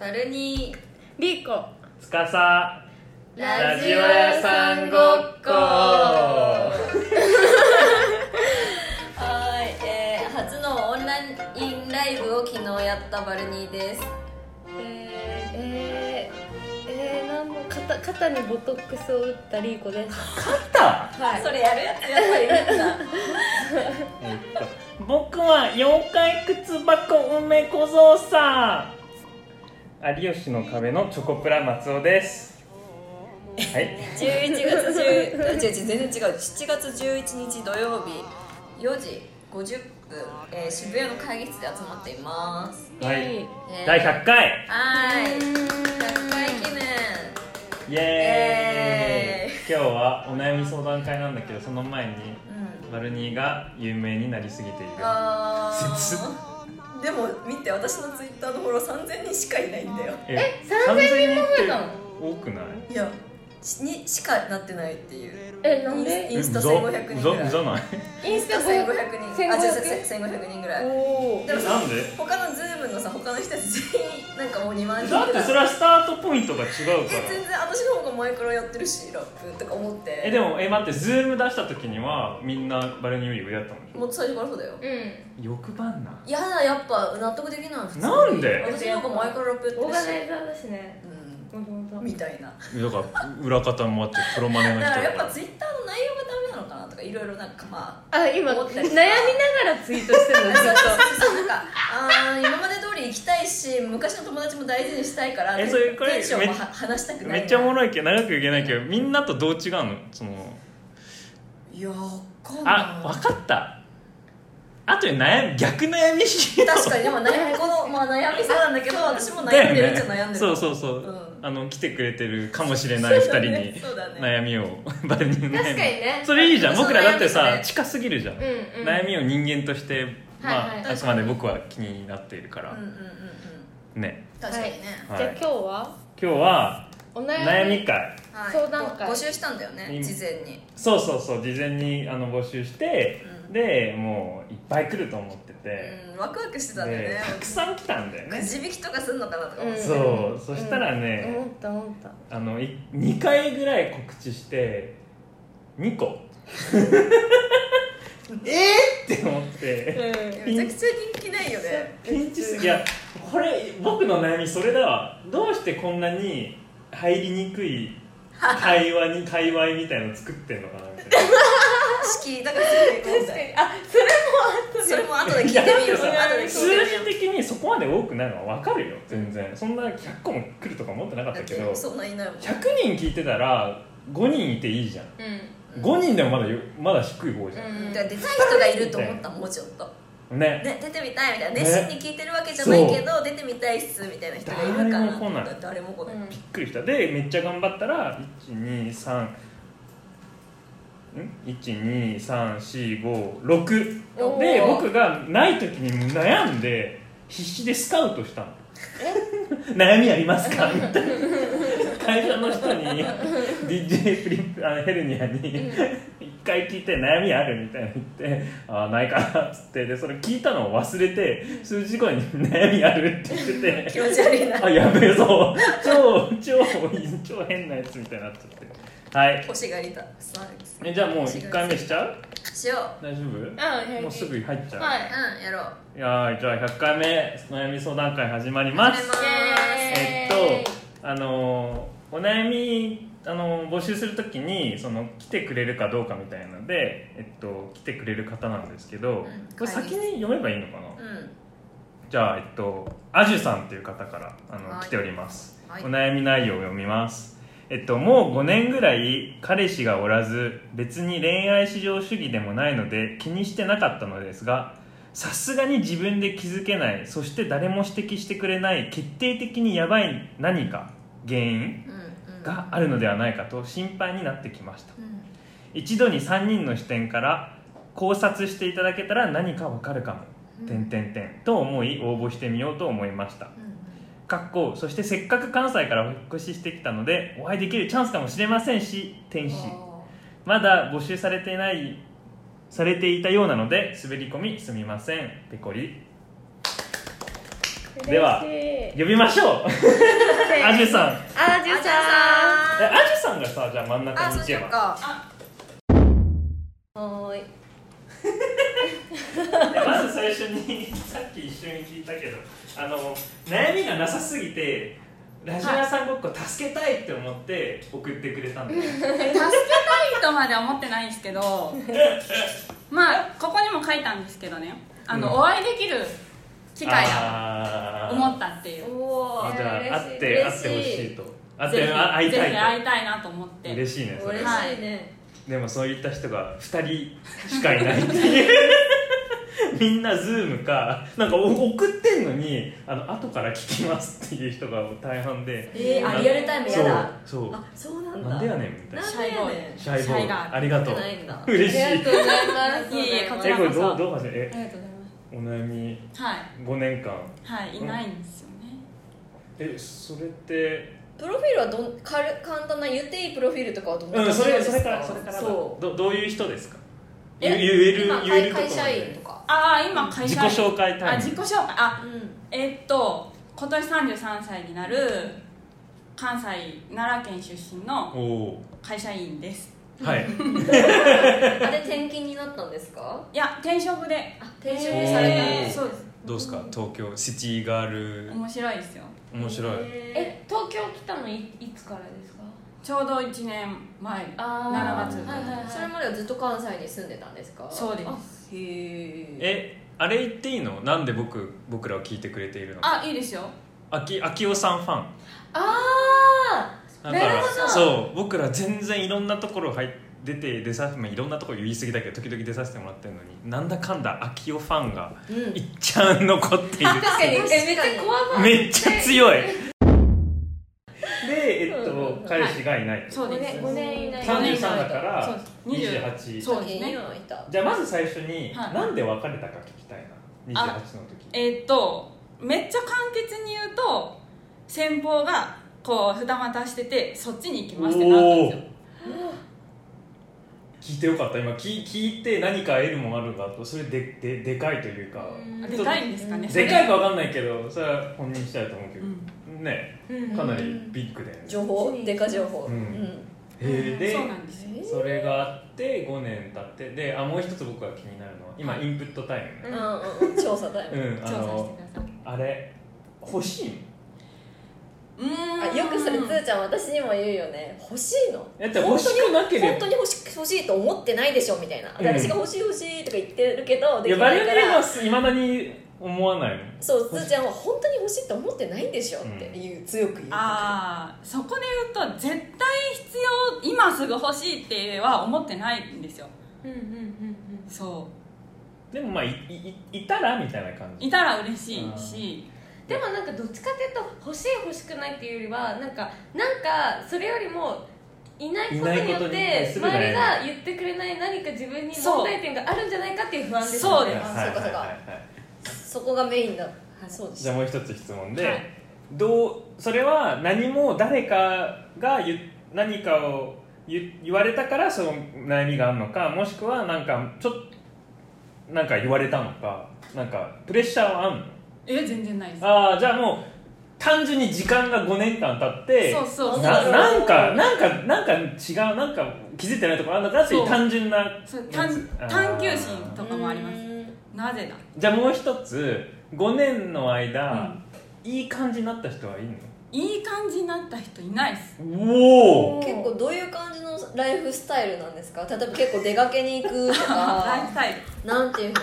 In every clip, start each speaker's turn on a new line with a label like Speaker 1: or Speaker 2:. Speaker 1: たるに
Speaker 2: リーコ
Speaker 3: つかさ
Speaker 1: ラジオ屋さんごっこ はーい、えー、初のオンラインライブを昨日やったバルニーです
Speaker 2: えー、えー、えー、なんも肩肩にボトックスを打ったリーコです
Speaker 3: 勝った
Speaker 2: は
Speaker 1: それやるやつやっぱりみんな
Speaker 3: えっと僕は妖怪靴箱梅小僧さん有吉の壁のチョコプラ松尾ですはい
Speaker 1: 11月10違う違う全然違う7月11日土曜日4時50分、えー、渋谷の会議室で集まっています
Speaker 3: はい
Speaker 1: ね
Speaker 3: 第100回
Speaker 1: はーい100回記念
Speaker 3: イエーイ
Speaker 1: イエ
Speaker 3: 今日はお悩み相談会なんだけどその前に
Speaker 1: うん
Speaker 3: バルニーが有名になりすぎている
Speaker 1: あ
Speaker 3: 切
Speaker 1: ーでも見て私のツイッターのフォロー3000人しかいないんだよ
Speaker 3: え
Speaker 2: 3000人も増えたの
Speaker 3: 3000人って多くない
Speaker 1: いやしにしかなってないっていう
Speaker 2: えなんで
Speaker 1: インスタ
Speaker 3: うざ
Speaker 1: 1500人ぐらいう
Speaker 3: ざうざない
Speaker 2: インス
Speaker 1: じゃ
Speaker 2: タ
Speaker 1: あ
Speaker 2: 500
Speaker 1: 1500人
Speaker 2: 1500
Speaker 1: あじゃあ1500人ぐらい
Speaker 2: おお
Speaker 1: でもさ
Speaker 3: なんで
Speaker 1: 他のズームのさ他の人たち全員なんかもう2万人
Speaker 3: だってそれはスタートポイントが違う
Speaker 1: え
Speaker 3: から
Speaker 1: 全然私の方が前からやってるしラップとか思って
Speaker 3: えでもえ待ってズーム出した時にはみんなバルニーより上だったのでし
Speaker 1: もう最初からそうだよ
Speaker 2: うん
Speaker 3: ょ欲張んな
Speaker 1: やだやっぱ納得できない普通に
Speaker 3: なんで
Speaker 1: 私の方が前からラップやって
Speaker 2: オー
Speaker 1: る
Speaker 2: ガナイ
Speaker 1: し
Speaker 2: ザーだしねもともと
Speaker 1: うんみたいな
Speaker 3: だから裏方もあってプロマネ
Speaker 1: だ
Speaker 3: の
Speaker 1: から
Speaker 3: 人
Speaker 1: や
Speaker 3: だ
Speaker 1: っ
Speaker 3: か
Speaker 1: ぱ
Speaker 3: ら
Speaker 1: ツイッターの内容がダメなのかなとかいろいろなんかまあ
Speaker 2: あ今
Speaker 1: 思
Speaker 2: 悩
Speaker 1: っ
Speaker 2: み
Speaker 1: た
Speaker 2: な
Speaker 1: りした
Speaker 2: がらツイートしてるのず
Speaker 1: そ
Speaker 2: っ
Speaker 1: うそうそうなんかあー今まで通り行きたいし昔の友達も大事にしたいから
Speaker 3: えそれこれ
Speaker 1: テンションも
Speaker 3: め
Speaker 1: は話したくない
Speaker 3: めっちゃおも
Speaker 1: ろ
Speaker 3: ろいけど長くいけないけどみんなとどう違うのその
Speaker 1: いいやわかんない
Speaker 3: あ分かったあとで悩み逆悩みしよう
Speaker 1: 確かにでも悩みこの、まあ、悩みそうなんだ けど私も悩んでるっちゃ
Speaker 3: だよ
Speaker 1: 悩んで
Speaker 3: ね
Speaker 1: る
Speaker 3: そうそうそう、
Speaker 1: うん
Speaker 3: あの来てくれてるかもしれない二人に
Speaker 1: そうだね
Speaker 3: 悩みを バルニーの悩み
Speaker 2: 確かにね
Speaker 3: それいいじゃん
Speaker 1: その
Speaker 3: 僕らだって
Speaker 1: 悩み
Speaker 3: さ
Speaker 1: とね
Speaker 3: 近すぎるじゃん、
Speaker 2: うんうん
Speaker 3: 悩みを人間として、
Speaker 2: は
Speaker 3: まあ
Speaker 2: いはい
Speaker 3: あくまで僕は気になっているか
Speaker 1: う
Speaker 3: ら、
Speaker 1: んうんうんうん
Speaker 3: ね
Speaker 1: 確かにね、
Speaker 2: じゃあ今日は
Speaker 3: 今日は
Speaker 2: お
Speaker 3: 悩
Speaker 2: 悩み
Speaker 3: み会
Speaker 1: はい
Speaker 2: 相談会
Speaker 1: 募集したんだよね
Speaker 3: うん
Speaker 1: 事前に
Speaker 3: そうそうそう事前にあの募集して、
Speaker 1: うん
Speaker 3: でもういっぱい来ると思ってて、
Speaker 1: うんワクワクしてたんだよ
Speaker 3: で
Speaker 1: ね
Speaker 3: たくさん来たんだよ
Speaker 1: く
Speaker 3: ね
Speaker 1: じ引きとかすんのかなとか思って、
Speaker 3: そうそしたらね
Speaker 2: うん思った思った
Speaker 3: あのい2回ぐらい告知して2個えーって思って
Speaker 2: うん
Speaker 1: めちゃくちゃ人気ないよね
Speaker 3: ピンチすぎやこれ僕の悩みそれだわどうしてこんなに入りにくい会話に界隈みたいの作ってんのかなみたい
Speaker 1: 式だからすごい
Speaker 2: 確かにあそれもあった
Speaker 1: それも後
Speaker 3: な
Speaker 1: で聞いてみよう
Speaker 3: いやだ
Speaker 1: 後
Speaker 3: っ
Speaker 1: で
Speaker 3: てさ
Speaker 1: 聞い
Speaker 3: 数
Speaker 1: て
Speaker 3: 字的にそこまで多くないのは分かるよ全然そんな100個も来るとか思ってなかったけ
Speaker 1: み
Speaker 3: ど
Speaker 1: よう
Speaker 3: 100
Speaker 1: そんないないもん
Speaker 3: 人聞いてたら5人いていいじゃん
Speaker 2: うん
Speaker 3: 5人でもまだよまだ低い方じゃ
Speaker 2: うん
Speaker 1: だから出たい人がいると思ったもうちょっと、
Speaker 3: んね
Speaker 1: ね、出てみたいみたいな
Speaker 3: ね
Speaker 1: 熱心に聞いてるわけじゃないけど出てみたいっすみたいな人がいるかな
Speaker 3: 誰も来ない
Speaker 1: だ誰も来ない、
Speaker 2: うん
Speaker 3: びっくりしたでめっちゃ頑張ったら123ん12345
Speaker 2: おー
Speaker 3: で僕がない時に悩んで必死でスカウトしたの 悩みありますかみたいな会社の人に DJ フリップあヘルニアに一回聞いて悩みあるみたいな言ってあーないかなっつってでそれ聞いたのを忘れて数時後に悩みあるって言ってて
Speaker 1: 気持ち悪いな
Speaker 3: あやべえぞ超超超変なやつみたいになっちゃってはい
Speaker 1: 欲しがりだそうです
Speaker 3: えじゃあもう1回目しちゃう
Speaker 1: しよ
Speaker 3: 大丈夫
Speaker 2: うん
Speaker 3: もうすぐ入っちゃう、
Speaker 2: はい
Speaker 1: うんやろう
Speaker 3: い、やーじゃあ100回目悩み相談会始まります
Speaker 1: 始ま
Speaker 3: えっとあのーお悩みあのー募集するときにその来てくれるかどうかみたいので、えっと、来てくれる方なんですけど、
Speaker 1: うん
Speaker 3: これ先に読めばいいのかな、
Speaker 1: うん
Speaker 3: じゃあ、えっと、アジュさんという方からあの、
Speaker 1: はい
Speaker 3: 来ております、
Speaker 1: はい
Speaker 3: お悩み内容を読みますえっともう5年ぐらい彼氏がおらず別に恋愛至上主義でもないので気にしてなかったのですがさすがに自分で気づけないそして誰も指摘してくれない決定的にやばい何か原因
Speaker 1: うんうん
Speaker 3: があるのではないかと心配になってきました
Speaker 1: うん
Speaker 3: 一度に3人の視点から考察していただけたら何かわかるかも
Speaker 1: うん
Speaker 3: 点点点と思い応募してみようと思いました
Speaker 1: うん
Speaker 3: かっこそしてせっかく関西からお引っ越ししてきたのでお会いできるチャンスかもしれませんし天使まだ募集されてないされていたようなので滑り込みすみませんペコリでは
Speaker 2: 嬉しい
Speaker 4: で
Speaker 3: 呼びましょうアジュさん
Speaker 4: あーじゅうさん
Speaker 3: えアジュさんがさじゃあ真ん中
Speaker 5: あ、
Speaker 3: に
Speaker 5: そ
Speaker 3: 行
Speaker 5: うし
Speaker 3: け
Speaker 5: よう
Speaker 3: ば
Speaker 5: か。
Speaker 4: はーい
Speaker 3: まず最初に さっき一瞬聞いたけどあの悩みがなさすぎてラジオ屋さんごっこ助けたいって思って送ってくれたんだよね
Speaker 6: 助けたいとまでは思ってないんですけどまあここにも書いたんですけどねあの、
Speaker 3: うん
Speaker 6: お会いできる機会だ
Speaker 3: あー
Speaker 6: 思ったっていう
Speaker 4: お
Speaker 3: あ
Speaker 4: ー
Speaker 3: じゃ
Speaker 4: 嬉
Speaker 3: あ
Speaker 4: し
Speaker 3: 会
Speaker 4: い
Speaker 3: って会ってほ
Speaker 4: 嬉
Speaker 3: しい
Speaker 4: い
Speaker 3: と会っ
Speaker 6: ぜ
Speaker 3: て
Speaker 6: ひ
Speaker 3: 会いた
Speaker 6: ぜひ会
Speaker 3: い
Speaker 6: いたいなと思って
Speaker 3: と嬉しいねそれ
Speaker 4: 嬉
Speaker 6: は
Speaker 4: しいね
Speaker 3: でもそういった人が2人しかいないっていうみんなズームかなんかお送ってんのにあの後から聞きますっていう人が大半で
Speaker 4: えーあ
Speaker 3: なんか
Speaker 4: リアルタイムやだ
Speaker 3: そう
Speaker 5: あ、そうな
Speaker 3: そうんな
Speaker 5: だ。
Speaker 3: んでやねんみたいな
Speaker 4: なん
Speaker 5: シャイボーイ
Speaker 4: ね
Speaker 3: シャイボ
Speaker 6: シャ
Speaker 3: ー
Speaker 6: イガー
Speaker 3: イありがとう
Speaker 5: ないんだ。
Speaker 3: 嬉しい
Speaker 4: ありがとうございます
Speaker 6: いえいえこち
Speaker 3: え
Speaker 6: ら
Speaker 3: これ
Speaker 6: こ
Speaker 3: ど
Speaker 6: そう
Speaker 3: どうかしらえ
Speaker 6: ありがとうございます
Speaker 3: お悩み
Speaker 6: はい
Speaker 3: 5年間
Speaker 6: はいいないんですよね、
Speaker 3: えそれって
Speaker 4: プロフィールはどん軽簡単な言っていいプロフィールとかはどんな
Speaker 3: うん
Speaker 4: 感じ
Speaker 3: そ
Speaker 4: なん
Speaker 3: れ
Speaker 4: です
Speaker 3: それからそれからだ
Speaker 4: そ
Speaker 3: どどういう人ですか
Speaker 4: え
Speaker 3: 言える
Speaker 4: 今
Speaker 3: 言えるとこ
Speaker 4: 会
Speaker 3: ろま
Speaker 4: 社員
Speaker 3: で
Speaker 4: とか
Speaker 6: ああ今会
Speaker 3: 自己
Speaker 6: 社員
Speaker 3: 紹介タ
Speaker 6: あ
Speaker 3: イ
Speaker 6: 自
Speaker 3: ム
Speaker 6: 己紹介あ
Speaker 4: うん
Speaker 6: えーっと今年33歳になる関西奈良県出身の
Speaker 3: おお
Speaker 6: 会社員です
Speaker 3: ーはい
Speaker 4: あれ転勤になったんですか
Speaker 6: いや転職で
Speaker 4: あ転職されたん
Speaker 3: へ
Speaker 4: で
Speaker 3: ー
Speaker 4: す
Speaker 6: そうです
Speaker 3: どうですか東京シティガール
Speaker 6: 面白いですよ
Speaker 3: 面白い
Speaker 4: え
Speaker 2: え東京来たのいいつからですか
Speaker 6: ちょうど1年前
Speaker 4: あ
Speaker 6: 7月
Speaker 4: ーはいはいはいそれまではずっと関西に住んでたんですか
Speaker 6: そうです
Speaker 4: へえ
Speaker 3: えあれ言っていいのなんで僕僕らを聞いてくれているの
Speaker 6: あいいですよ
Speaker 3: あきあきおさんファン
Speaker 4: あ
Speaker 3: だ
Speaker 4: なるほど
Speaker 3: そう僕ら全然いろんなところ入っ出て出させてもいろんなところ言い過ぎだけど時々出させてもらってるのになんだかんだ秋代ファンが
Speaker 4: あうん
Speaker 3: いっちゃん残っている
Speaker 4: 確かにえめっちゃ怖い
Speaker 3: めっちゃ強いでえ
Speaker 4: うん
Speaker 3: っ
Speaker 4: うんう
Speaker 3: と
Speaker 4: ん
Speaker 3: 彼氏がいない
Speaker 6: そう
Speaker 2: 五
Speaker 6: です
Speaker 2: 年五年以内
Speaker 6: そう
Speaker 3: 33
Speaker 6: ね
Speaker 3: だか
Speaker 6: そう
Speaker 3: ら
Speaker 6: です
Speaker 3: 28
Speaker 6: そうですね
Speaker 4: 今いた
Speaker 3: じゃあまず最初に
Speaker 6: はい
Speaker 3: なんで別れたか聞きたいな28
Speaker 6: あ
Speaker 3: の時
Speaker 6: えーっとめっちゃ簡潔に言うと先方がこう二股しててそっちに行きますってなったんですよ
Speaker 3: 聞いてよかった今聞い聞いて何か得るもんあるがとそれでででかいというか
Speaker 6: あでかいんですかね
Speaker 3: でかいかわかんないけどそれは本人次第だと思うけど、ね
Speaker 4: うん
Speaker 3: かなりビッグだよね、
Speaker 4: 情報デカ情報う
Speaker 3: う
Speaker 4: んん
Speaker 3: えーで
Speaker 6: そうなんですよ
Speaker 3: それがあって5年経ってであもう一つ僕が気になるのは今インプットタイム
Speaker 4: う
Speaker 3: ね
Speaker 4: んうんうん調査だ
Speaker 3: う
Speaker 4: よ
Speaker 3: ん、あ
Speaker 6: 調査
Speaker 3: の
Speaker 6: してくださいう
Speaker 3: あれ欲しいの
Speaker 6: ー
Speaker 4: あ
Speaker 6: ん
Speaker 4: よくそれつーちゃん私にも言うよね欲しいの
Speaker 3: だって欲しくなけれ
Speaker 4: 本
Speaker 3: ば
Speaker 4: 当に欲し欲しいと思ってないでしょみたいな、
Speaker 3: うん
Speaker 4: 私が欲しい欲しいとか言ってるけど
Speaker 3: い
Speaker 4: で
Speaker 3: や
Speaker 4: き
Speaker 3: バ
Speaker 4: な
Speaker 3: リ
Speaker 4: い
Speaker 3: ア
Speaker 4: か
Speaker 3: フリー
Speaker 4: ら
Speaker 3: はいまだに思わないの
Speaker 4: そうすーちゃんは本当に欲しいと思ってないんでしょっていう、強く言う
Speaker 6: あーそこで言うと絶対必要今すぐ欲しいっては思ってないんですよ
Speaker 2: うんうんうんうん
Speaker 6: そ
Speaker 3: でもまあいいいいたらみたいな感
Speaker 6: う
Speaker 3: じ
Speaker 6: いたら嬉しいし
Speaker 2: でもなんかどっちかっていうと欲しい欲しくないっていうよりはなんかなんかそれよりもいないことによっ
Speaker 3: いないことに対
Speaker 2: て
Speaker 3: す
Speaker 2: 周
Speaker 3: る悩み
Speaker 2: りが言ってくれない何か自分に
Speaker 6: そう
Speaker 2: 問題点があるんじゃないかっていう不安ですよ
Speaker 6: そう
Speaker 3: はい
Speaker 6: です
Speaker 3: はいは
Speaker 4: そ
Speaker 3: い
Speaker 4: うかそうか
Speaker 3: はい
Speaker 4: そこがメインだ、そうで
Speaker 3: じ
Speaker 4: す
Speaker 3: ゃあもう一つ質問で、
Speaker 6: はい
Speaker 3: どうそれは何も誰かが言何かを言言われたからその悩みがあるのかもしくはなんかちょっなんか言われたのかなんかプレッシャーはあんの
Speaker 6: え全然ないです
Speaker 3: ああじゃあもう単純に時間が5年間経って
Speaker 6: そうそうそう
Speaker 3: ななんかなんかなんか違うなんか気づいてないところあるのかっていう
Speaker 6: そう
Speaker 3: 単純な
Speaker 6: そう探
Speaker 3: あー
Speaker 6: 探求心とかもあります
Speaker 4: す
Speaker 6: なぜだ
Speaker 3: じゃあもう一つ5年の間、いい感じになった人はいるの
Speaker 6: いい感じになった人いないです
Speaker 3: おお
Speaker 4: 結構どういう感じのライフスタイルなんですか例えば結構出かけに行くと
Speaker 6: ラ イ
Speaker 4: か
Speaker 6: フスタイル
Speaker 4: なんていうの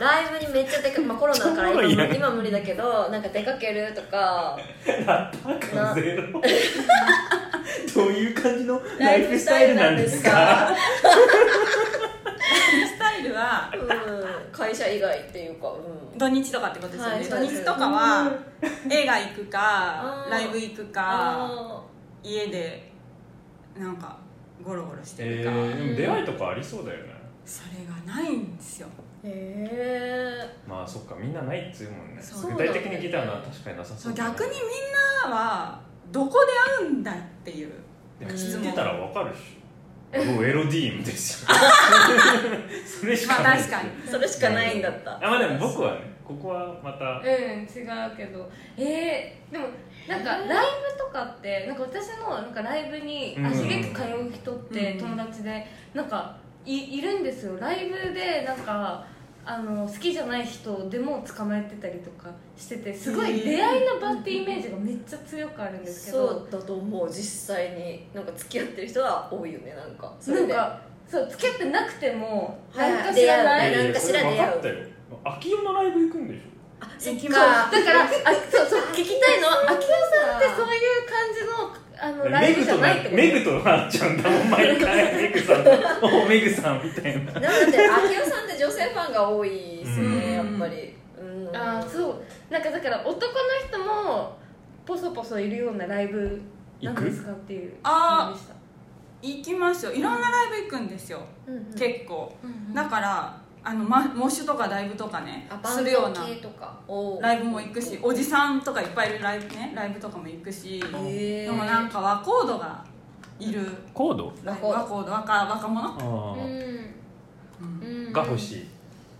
Speaker 4: ライブにめっちゃ出かけ、まあ、コロナだから
Speaker 3: ちょうどいい
Speaker 4: 今
Speaker 3: ね
Speaker 4: 今無理だけどなんか出かけるとか
Speaker 3: ラッパー感ゼロ どういう感じのライフスタイルなんです か
Speaker 6: ライフスタイルは
Speaker 4: うん会社以外っていうかうん
Speaker 6: 土日とかってことですよね、
Speaker 4: はいそうです
Speaker 6: 土日とかは映画行くか
Speaker 4: あー
Speaker 6: ライブ行くか
Speaker 4: あ
Speaker 6: 家でなんかゴロゴロして
Speaker 3: え
Speaker 6: るか、
Speaker 3: ー、でも出会いとかありそうだよね
Speaker 6: それがないんですよ
Speaker 4: ーへ
Speaker 3: まあそっかみんなないっつうもんね
Speaker 6: そう
Speaker 3: 具体的に聞いたらな確かになさ
Speaker 6: そ
Speaker 3: そううだね
Speaker 6: 逆にみんなはどこで会うんだっていう
Speaker 3: でも知ってたらわかるし僕エロディーム ですよそれし
Speaker 6: ま
Speaker 3: か
Speaker 6: あ
Speaker 3: ない
Speaker 6: 確かに
Speaker 4: えそれしかないんだった
Speaker 3: あまあでも僕はねこここはまた
Speaker 2: うん違うけどえー、でもなんかライブとかってなんか私のなんかライブに
Speaker 3: うん
Speaker 2: 足げく通う人って
Speaker 6: うん
Speaker 2: 友達でなんかいいるんですよライブでなんかあの好きじゃない人でも捕まえてたりとかしててすごい
Speaker 6: へー
Speaker 2: 出会いの場ってイメージがめっちゃ強くあるんですけど
Speaker 1: そうだと思う実際になんか付き合ってる人は多いよねなんかそれ
Speaker 2: なん
Speaker 1: で
Speaker 2: かそう付き合ってなくても
Speaker 1: はい
Speaker 2: 何かしら
Speaker 1: 出
Speaker 2: ラ
Speaker 1: 会
Speaker 2: イ
Speaker 1: う
Speaker 2: ブ
Speaker 1: なんかしら出会う
Speaker 3: いやいやそれ分かったよ秋代のライブ行くんでし
Speaker 1: 行き
Speaker 2: そう
Speaker 1: ま
Speaker 2: だ
Speaker 1: あ
Speaker 2: からあそうそう聞きたいのは秋代さんってそういう感じのあ
Speaker 3: ょ
Speaker 2: のライ
Speaker 3: メ
Speaker 2: ブ
Speaker 3: グ
Speaker 2: じゃ
Speaker 3: と
Speaker 2: な
Speaker 3: ない
Speaker 2: ってこと
Speaker 3: メグとなっちゃうんだもん毎回メグさんとおメグさんみたいな
Speaker 1: でもだって秋代さんって女性ファンが多いですねやっ
Speaker 6: うん
Speaker 1: ぱりうん
Speaker 2: あーそうなんかだから男の人もポソポソいるようなライブなんですかっていう
Speaker 6: あ
Speaker 2: 感じでした
Speaker 6: 行きますよいろんなライブ行くんですよ
Speaker 2: うんうん
Speaker 6: 結構
Speaker 2: うん
Speaker 6: だからあの、ま、モッシュとかライブとかね
Speaker 1: あ
Speaker 6: するような
Speaker 1: バンド系とかおー
Speaker 6: ライブも行くしおじさんとかいっぱいいるライブねライブとかも行くし
Speaker 1: へー
Speaker 6: でもなんか和コードがいる
Speaker 3: コード
Speaker 6: ライブ
Speaker 1: 和コード
Speaker 6: 和コード若若者
Speaker 3: あ
Speaker 2: うん
Speaker 6: うん
Speaker 2: うん
Speaker 3: が欲し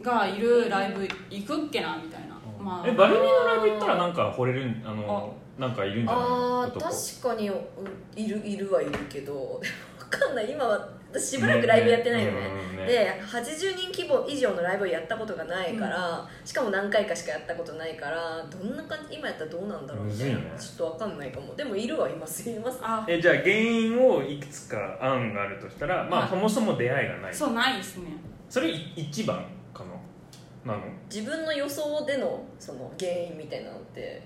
Speaker 3: い
Speaker 6: がいるライブ行くっけなみたいなま
Speaker 3: え
Speaker 6: あ
Speaker 3: バルニーのライブ行ったらなんか惚れるんあのなんかいるんじゃない
Speaker 1: あー
Speaker 3: 男
Speaker 1: 確かにうんいるいるはいるけど わかんない今は私しばらくライブやってないよね
Speaker 3: うんうんうん
Speaker 1: で80人規模以上のライブをやったことがないから、しかも何回かしかやったことないからどんな感じ今やったらどうなんだろうみたいな
Speaker 3: むずいね
Speaker 1: ちょっとわかんないかもでもいるはいますいます
Speaker 6: あ
Speaker 3: えじゃあ原因をいくつか案があるとしたら、ま
Speaker 6: は
Speaker 3: あ、
Speaker 6: い
Speaker 3: そもそも出会いがないそ
Speaker 6: そうないですね
Speaker 3: れい一番かななの
Speaker 1: 自分の予想でのその原因みたいなのって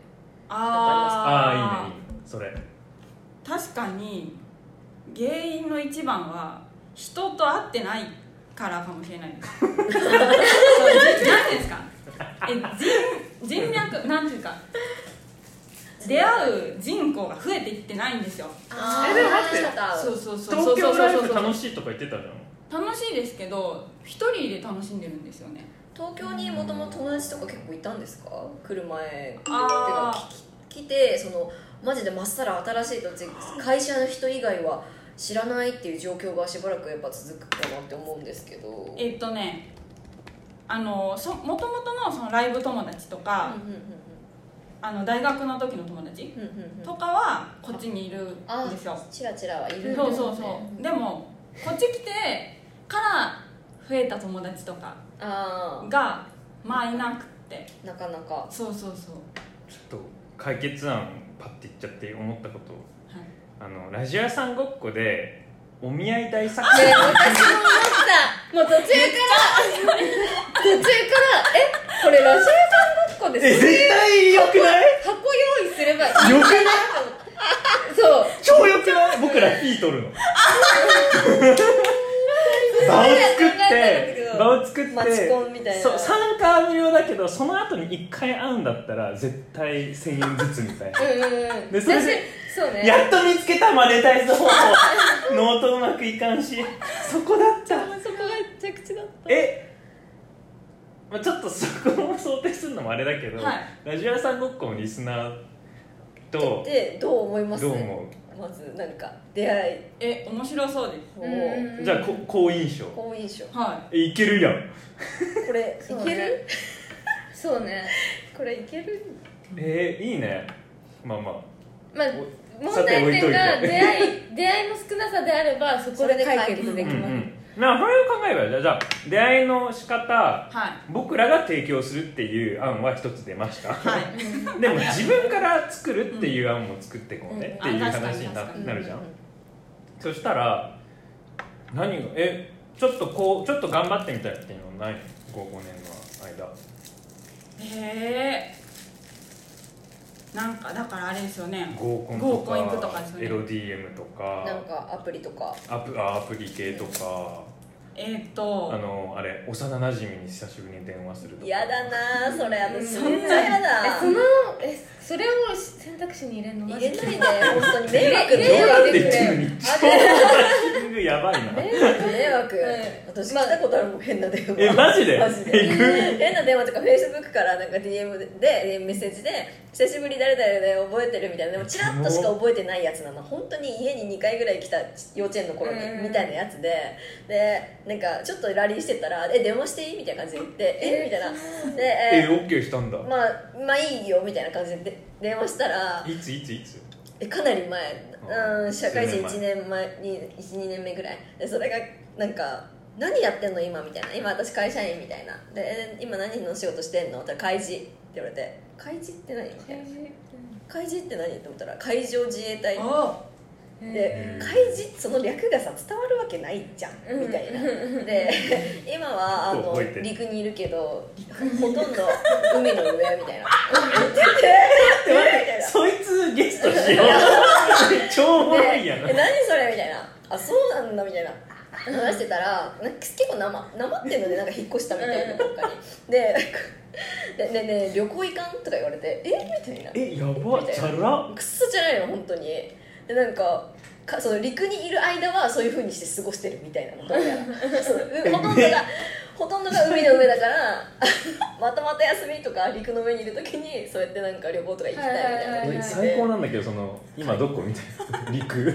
Speaker 3: ああーい
Speaker 6: あ
Speaker 3: いねいいねそれ
Speaker 6: 確かに原因の一番は人と会ってないからかもしれないですそうじなんていうんですかえ人人脈なんていうか出会う人口が増えていってないんですよ
Speaker 1: あ
Speaker 3: ーえでも待って
Speaker 6: そうそうそう
Speaker 3: 東
Speaker 6: そうそ
Speaker 3: 京
Speaker 6: うそう
Speaker 3: ライブ
Speaker 6: そう
Speaker 3: 楽しいとか言ってたじゃん
Speaker 6: 楽しいですけど一人で楽しんでるんですよね
Speaker 1: 東京にもともと友達とか結構いたんですか来る前
Speaker 6: あ
Speaker 1: 来てそのマジでまっさら新しい土地会社の人以外は知らないっていう状況がしばらくやっぱ続くかなって思うんですけど
Speaker 6: えっとねあのそもともとのそのライブ友達と
Speaker 1: うん
Speaker 6: か、
Speaker 1: うん
Speaker 6: あの大学の時の友達
Speaker 1: うんうんうんうん
Speaker 6: とかはこっちにいるんですよ
Speaker 1: チラチラはいるんだ
Speaker 6: そ
Speaker 1: よ
Speaker 6: う
Speaker 1: ね
Speaker 6: そうそうでもこっち来てから増えた友達とか
Speaker 1: あ
Speaker 6: がまあいなくって
Speaker 1: あなかなか
Speaker 6: そうそうそう
Speaker 3: ちょっと解決案パッて言っちゃって思ったこと
Speaker 6: はい
Speaker 3: あのラジオ屋さんごっこでお見合い大作
Speaker 1: ねえ
Speaker 3: 戦
Speaker 1: 私も思ったもう途中から途中からえこれラジオさんごっこで
Speaker 3: え
Speaker 1: す
Speaker 3: 絶対良くない
Speaker 1: 箱用意すればいい
Speaker 3: 良くない
Speaker 1: そう
Speaker 3: 超良くない僕らピー取るの場を作って場を作って
Speaker 1: マチコンみたいな
Speaker 3: そう参加無料だけどその後に1回会うんだったら絶対1000円ずつみたいな
Speaker 1: うんうんうん
Speaker 3: でそれで
Speaker 1: そうね
Speaker 3: やっと見つけたマネタイズ方法ノートうまくいかんしそこだった
Speaker 2: そこが着地だった
Speaker 3: え、まあ、ちょっとそこも想定するのもあれだけど、
Speaker 6: はい
Speaker 3: ラジオ屋さんごっこのリスナーと
Speaker 1: でどう思います
Speaker 3: どう思
Speaker 1: まずなんか出会い
Speaker 6: え面白そうです
Speaker 1: こ
Speaker 2: うん
Speaker 1: う
Speaker 3: うじゃあこ好印象
Speaker 1: 好印象
Speaker 6: は
Speaker 3: えいけるやん
Speaker 1: これ
Speaker 2: そう
Speaker 1: い
Speaker 2: ね
Speaker 1: ける
Speaker 2: そうねこれいける
Speaker 3: えー、いいねまあまあ
Speaker 2: まあ
Speaker 3: お
Speaker 2: 問
Speaker 3: さて
Speaker 2: 題
Speaker 3: 置いと
Speaker 2: 点
Speaker 3: いて
Speaker 2: が出会い出会いの少なさであればそこで解決で
Speaker 3: うん
Speaker 2: き
Speaker 3: う
Speaker 2: ます
Speaker 3: んまあそれを考えればじゃあじゃあ出会いの仕方
Speaker 6: いはい
Speaker 3: 僕らが提供するっていう案は一つ出ました、
Speaker 6: はい
Speaker 3: でも自分から作るっていう案も作ってこうね、
Speaker 6: うん
Speaker 3: っていう
Speaker 6: あ確かに
Speaker 3: 話にな
Speaker 6: 確かに
Speaker 3: なるじゃん、
Speaker 1: う
Speaker 3: そしたら何がえちょっとこうちょっと頑張ってみたいっていうのないの5年の間
Speaker 6: へえなんかだからあれですよね
Speaker 3: 合コン
Speaker 6: 合コン行く
Speaker 3: と
Speaker 6: と
Speaker 3: か
Speaker 6: かですよね
Speaker 3: エロ DM とか
Speaker 1: なんかアプリとか
Speaker 3: アプあアプリ系とか
Speaker 6: えーっ
Speaker 3: あ
Speaker 6: と
Speaker 3: のあれ幼なじみに久しぶりに電話するとか
Speaker 1: 嫌だなーそれ私
Speaker 2: うん
Speaker 1: そんな嫌だ
Speaker 2: えそのえそれを選択肢に入れるの
Speaker 1: 入
Speaker 2: マ
Speaker 1: れ
Speaker 2: ジ
Speaker 1: な
Speaker 2: で
Speaker 1: いで本当に迷惑
Speaker 2: 入れ
Speaker 1: 迷
Speaker 2: な
Speaker 3: ど
Speaker 1: 惑
Speaker 2: い
Speaker 3: うやって
Speaker 1: で
Speaker 3: チームに超マッチングやば いな
Speaker 1: 迷惑、私来たことあるもん変な電話
Speaker 3: えマジで
Speaker 1: マジで
Speaker 3: えぐ
Speaker 1: 変な電話とかフェイスブックからなんか DM ででメッセージで「久しぶり誰々で覚えてる」みたいなでもチラッとしか覚えてないやつなの本当に家に2回ぐらい来た幼稚園の頃にみたいなやつででなんかちょっとラリーしてたら「え電話していい?」みたいな感じで言って「えみたいなで、え
Speaker 3: えオッケーしたんだ
Speaker 1: まあ、まあいいよみたいな感じでで電話したら
Speaker 3: いついついつ
Speaker 1: えかなり前、
Speaker 3: あ
Speaker 1: うん、社会人
Speaker 3: 数
Speaker 1: 1年前に12年目ぐらいでそれがなんか「何やってんの今」みたいな「今私会社員」みたいな「でえ今何の仕事してんの?」って言ったら「開示」って言われて「開示って何?」みたいな「開示って何?」って思ったら「海上自衛隊」
Speaker 6: お
Speaker 1: で
Speaker 3: へー
Speaker 1: 開示その略がさ伝わるわけないじゃんみたいなで 今はあ
Speaker 3: こう
Speaker 1: の
Speaker 3: 置いて
Speaker 1: 陸にいるけどほとんど海の上 みたいなえ
Speaker 3: 待って
Speaker 1: え
Speaker 3: そいつゲストし よう超おもろいやな
Speaker 1: え何それみたいなあそうなんだみたいな話してたらなんか結構なまなまってるのでなんか引っ越したみたいなどっかにで「でねえねえ旅行行かん?」とか言われて「えみたいな
Speaker 3: えやば
Speaker 1: みたい
Speaker 3: チ
Speaker 1: な
Speaker 3: ャラ
Speaker 1: クソじゃないの本当にでなんかかその陸にいる間はそういうふうにして過ごしてるみたいなのどうやら そううほとんどがほとんどが海の上だからまたまた休みとか陸の上にいる時にそうやってなんか旅行とか行きたいみたいなこと言っ
Speaker 3: え
Speaker 1: て
Speaker 3: 最高なんだけどその今どこみたいな陸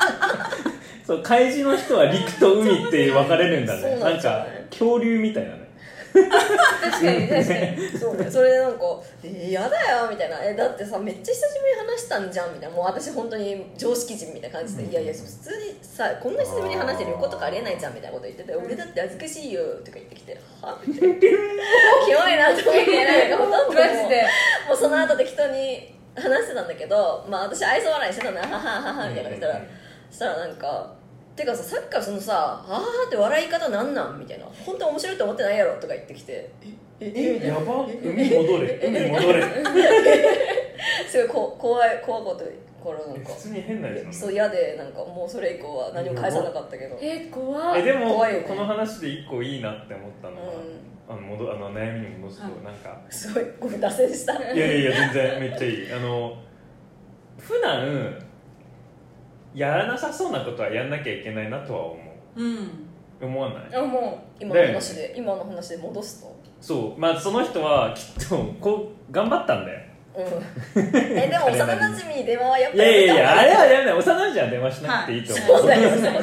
Speaker 3: そう怪獣の人は陸と海って分かれるんだね
Speaker 1: そう
Speaker 3: な
Speaker 1: なんんじゃ
Speaker 3: か
Speaker 1: ない
Speaker 3: 恐竜みたいなね
Speaker 2: 確かに確かに
Speaker 1: そうねそれでなんか「えー、やだよ」みたいな「えだってさめっちゃ久しぶりに話したんじゃん」みたいなもう私本当に常識人みたいな感じで「
Speaker 3: うん
Speaker 1: いやいや普通にさこんな久しぶりに話して旅行とかありえないじゃん」みたいなこと言ってて「俺だって恥ずかしいよ」とか言ってきて「は?」みたいなキモいなと思ってなんかほとんどもう
Speaker 2: マジで
Speaker 1: もうその後適当に話してたんだけどまあ私愛想笑いしてたのよ「はははは」みたいなこと言ったらそしたらなんか「てかささっきからそのさ「あはは」って笑い方なんなん?」みたいな「本当面白いと思ってないやろ」とか言ってきて「ええ
Speaker 3: えやば海戻れ海戻れ
Speaker 1: すごいこ怖い怖いことからなんか
Speaker 3: 普通に変なやつなんだ
Speaker 1: そう嫌でなんかもうそれ以降は何も返さなかったけど
Speaker 2: え怖
Speaker 3: え
Speaker 2: い
Speaker 3: でも
Speaker 1: 怖いよね
Speaker 3: この話で一個いいなって思ったのは、
Speaker 1: う
Speaker 3: あの戻あの悩みに戻すと、
Speaker 6: はい
Speaker 3: なんか
Speaker 1: すごいごめん脱線した
Speaker 3: いやいやいや全然めっちゃいいあの普段やらなさそうなことはやんなきゃいけないなとは思
Speaker 6: うん
Speaker 3: う思わない
Speaker 2: あも
Speaker 1: 今の話で今の話で戻すと
Speaker 3: そうまあその人はきっとこう頑張ったんだよ
Speaker 1: うん えでも幼馴染に電話はやっぱ
Speaker 3: い
Speaker 1: り
Speaker 3: やいやいやあれはやらない幼馴染は電話しなくていいと思う、
Speaker 1: そうだよそうだよ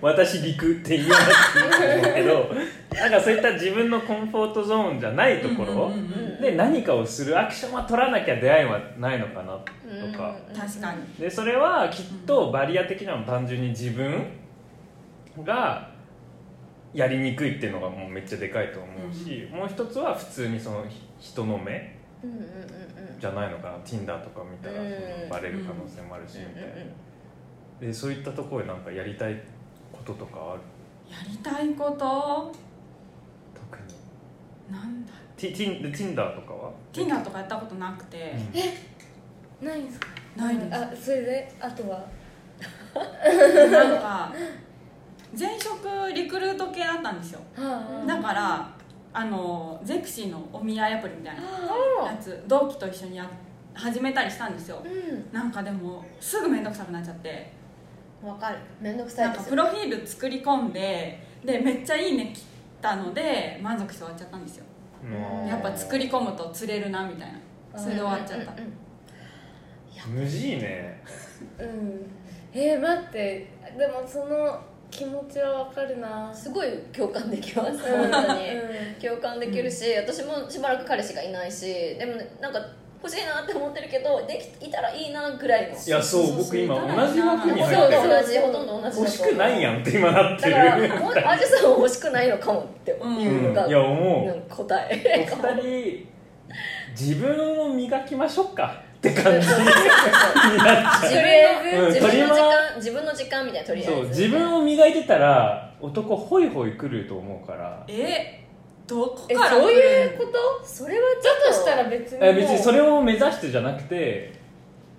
Speaker 3: 私陸って言わなくていいと思うけどなんかそういった自分のコンフォートゾーンじゃないところ、
Speaker 6: うんうんうん
Speaker 3: で何かをするアクションは取らなきゃ出会いはないのかな
Speaker 1: うん
Speaker 3: とか
Speaker 6: うん確かに
Speaker 3: でそれはきっとバリア的なの単純に自分がやりにくいっていうのがもうめっちゃでかいと思うし、もう一つは普通にその人の目
Speaker 1: うんうんうん
Speaker 3: じゃないのかな Tinder とか見たら
Speaker 1: うん
Speaker 3: そのバレる可能性もあるしみたいな、
Speaker 1: う
Speaker 3: でそういったところでなんかやりたいこととかある
Speaker 6: やりたいこと
Speaker 3: 特に
Speaker 6: なんだ
Speaker 3: T- Tin- Tinder とかは
Speaker 6: Tinder とかやったことなくて、
Speaker 2: うないんですか
Speaker 6: ないです
Speaker 2: あそれであとは
Speaker 6: なんか前職リクルート系だったんですよ
Speaker 2: は
Speaker 6: だからあのゼクシーのお見合いアプリみたいなやつ同期と一緒にや始めたりしたんですよ
Speaker 1: ん
Speaker 6: なんかでもすぐ面倒くさくなっちゃって
Speaker 1: うんわかる面倒くさ
Speaker 6: ないん
Speaker 1: で
Speaker 6: か
Speaker 1: す
Speaker 6: プ
Speaker 1: よ
Speaker 6: ロフィール作り込んででめっちゃいいね来たので満足して終わっちゃったんですよ
Speaker 3: うん
Speaker 6: やっぱ作り込むと釣れるなみたいなそれで終わっちゃった
Speaker 1: うんうん
Speaker 3: 無事いね
Speaker 2: うんえー、待ってでもその気持ちはわかるな
Speaker 1: すごい共感できます
Speaker 2: うん
Speaker 1: 本当に
Speaker 2: うん
Speaker 1: 共感できるし、私もしばらく彼氏がいないしでもねなんか欲しいなって思ってるけどできいたらいいなぐらいの
Speaker 3: いやそう
Speaker 6: そうそう
Speaker 3: 僕今
Speaker 6: そうだな
Speaker 3: 同じ枠に
Speaker 1: ほ
Speaker 3: 入
Speaker 1: と
Speaker 3: っ
Speaker 1: ん
Speaker 3: て
Speaker 1: ど
Speaker 3: る
Speaker 1: 同じほとんど同じ
Speaker 3: 欲しくない
Speaker 1: や
Speaker 3: やんって今なって
Speaker 1: だ
Speaker 3: る
Speaker 1: からもうアジさんは欲しくないのかもっていうのが、
Speaker 3: うんいや思う
Speaker 1: なんか答え
Speaker 3: お二人自分を磨きましょうかって感じになっち
Speaker 1: 自
Speaker 3: ゃ
Speaker 1: 分の
Speaker 3: うん
Speaker 1: 自分の
Speaker 3: と
Speaker 1: 時間自分の時
Speaker 3: りあ
Speaker 1: 間みたいなと
Speaker 3: う
Speaker 1: りあえ
Speaker 3: そう
Speaker 1: ず
Speaker 3: 自分を磨いてたら男ホイホイ来ると思うから
Speaker 6: えどこ
Speaker 1: え
Speaker 6: から
Speaker 1: そう
Speaker 6: 来
Speaker 1: い
Speaker 6: る
Speaker 1: う
Speaker 6: の
Speaker 1: ことそれはちょ
Speaker 2: だ
Speaker 1: っと
Speaker 2: としたら別にもう
Speaker 3: え別にそれを目指してじゃなくて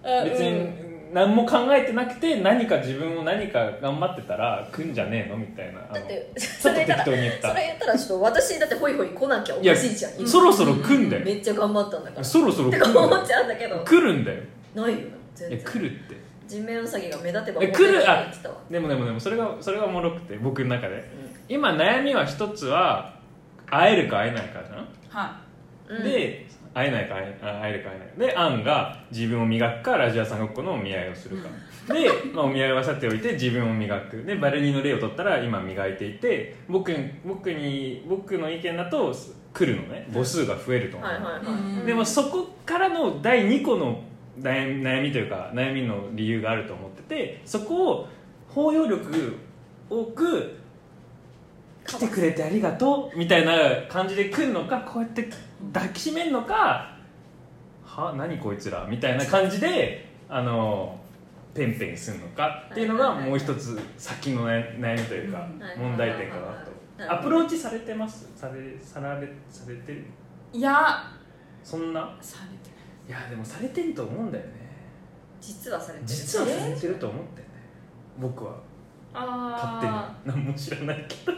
Speaker 2: あ
Speaker 3: 別
Speaker 2: うん
Speaker 3: に何も考えてなくて何か自分を何か頑張ってたら来んじゃねえのみたいなあ
Speaker 1: だ
Speaker 3: の
Speaker 1: って
Speaker 3: ち
Speaker 1: そ
Speaker 3: ょっと
Speaker 1: れ
Speaker 3: 適
Speaker 1: 言った
Speaker 3: 当
Speaker 1: ら
Speaker 3: に言った
Speaker 1: それ言ったらちょっと私だってホイホイ来なきゃお
Speaker 3: いや
Speaker 1: かしいじゃん今
Speaker 3: そろそろ来んだよ
Speaker 1: めっちゃ頑張ったんだから
Speaker 3: そろそろ来
Speaker 1: と
Speaker 3: る ん
Speaker 1: か思っ
Speaker 3: だ
Speaker 1: ちゃうんだけど
Speaker 3: よ来るんだよ
Speaker 1: ないよ全
Speaker 3: いや
Speaker 1: 然
Speaker 3: 来るって
Speaker 1: 人面ウサギが目立てば
Speaker 3: え来るあ
Speaker 1: モテって言ってたわ
Speaker 3: でもでもでもそれがそれがおもろくて僕の中で、今悩みは一つは会えるか会えないかじゃん、
Speaker 6: は
Speaker 3: で会えないか会えあ会えるか会えないかでアンが自分を磨くかラジアさんごっこのお見合いをするかで、まあ、お見合いはさておいて自分を磨くでバレリーの例を取ったら今磨いていて僕僕に僕の意見だと来るのね母数が増えると思う、
Speaker 1: はいはいはい
Speaker 6: い、うん
Speaker 3: でもそこからの第2個の悩み悩みというか悩みの理由があると思っててそこを包容力多く来てくれてありがとうみたいな感じで来るのかこうやって抱きしめるのかは何こいつらみたいな感じであのペンペンするのかっていうのがもう一つ先の悩悩みというか
Speaker 1: はい
Speaker 3: 問題点かな
Speaker 1: なるほ
Speaker 3: と
Speaker 1: ど
Speaker 3: アプローチされてますされさられされてる
Speaker 6: いや
Speaker 3: そんな
Speaker 6: されてない
Speaker 3: いやでもされてると思うんだよね
Speaker 1: 実はされてる
Speaker 3: 実はさ
Speaker 1: え
Speaker 3: れてると思ってね僕は勝手に
Speaker 2: あ
Speaker 3: 何も知らないけ
Speaker 1: だ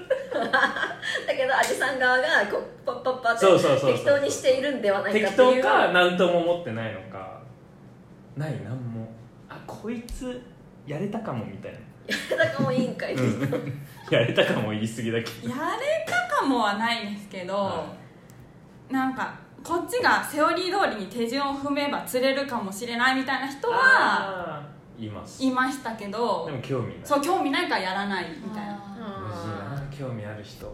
Speaker 1: けどアジさん側がこうパッパッパって
Speaker 3: そうそうそうそう
Speaker 1: 適当にしているんではない
Speaker 3: ど
Speaker 1: かってい
Speaker 3: 適
Speaker 1: う
Speaker 3: 当 か何とも思ってないのかない何もあこいつやれたかもみたいな、
Speaker 1: だかも委員会で
Speaker 3: う
Speaker 1: す、
Speaker 3: ん、 やれたかも言い過ぎだけど
Speaker 6: やれたかもはないですけど、
Speaker 3: は
Speaker 6: なんかこっちがセオリー通りに手順を踏めば釣れるかもしれないみたいな人は
Speaker 3: あーいます
Speaker 6: いましたけど
Speaker 3: でも興味ない
Speaker 6: そう興味ないからやらないみたいな
Speaker 2: あ
Speaker 3: むずいな興味ある人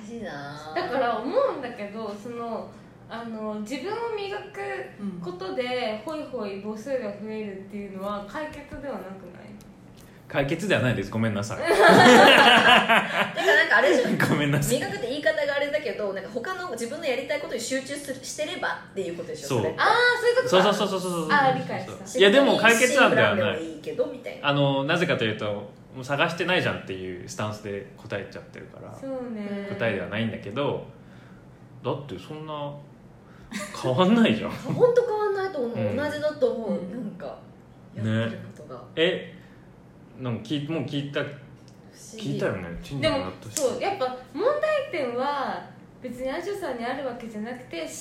Speaker 1: 難しいな
Speaker 2: だから思うんだけどそのあの自分を磨く
Speaker 6: うん
Speaker 2: ことでホイホイ母数が増えるっていうのは解決ではなくない
Speaker 3: 解決ではないですごめんなさい
Speaker 1: だからなんかあれじゃん
Speaker 3: ごめんなさい
Speaker 1: 磨くって言い方があれだけどなんか他の自分のやりたいことに集中するしてればっていうことでしょ
Speaker 3: そう
Speaker 1: れ
Speaker 2: ああそういうこと
Speaker 3: そう
Speaker 2: か
Speaker 3: そうそうそうそうそう
Speaker 2: あー理解した
Speaker 3: いやでも解決案では
Speaker 1: シングル
Speaker 3: な
Speaker 1: ラン
Speaker 3: い
Speaker 1: でもいいけどみたいな
Speaker 3: あのなぜかというともう探してないじゃんっていうスタンスで答えちゃってるから
Speaker 2: そうね
Speaker 3: 答えではないんだけどだってそんな変わんない じゃん
Speaker 1: 本当変わんないと思う、
Speaker 3: うん
Speaker 1: 同じだと思う、
Speaker 6: うん
Speaker 1: なんかやってることが、
Speaker 3: えなんか聞いもう聞いた
Speaker 1: 不思議
Speaker 3: 聞いたよねチン
Speaker 2: で
Speaker 3: の
Speaker 2: も
Speaker 3: 納豆
Speaker 2: そうやっぱ問題点は別にアジョさんにあるわけじゃなくて強いて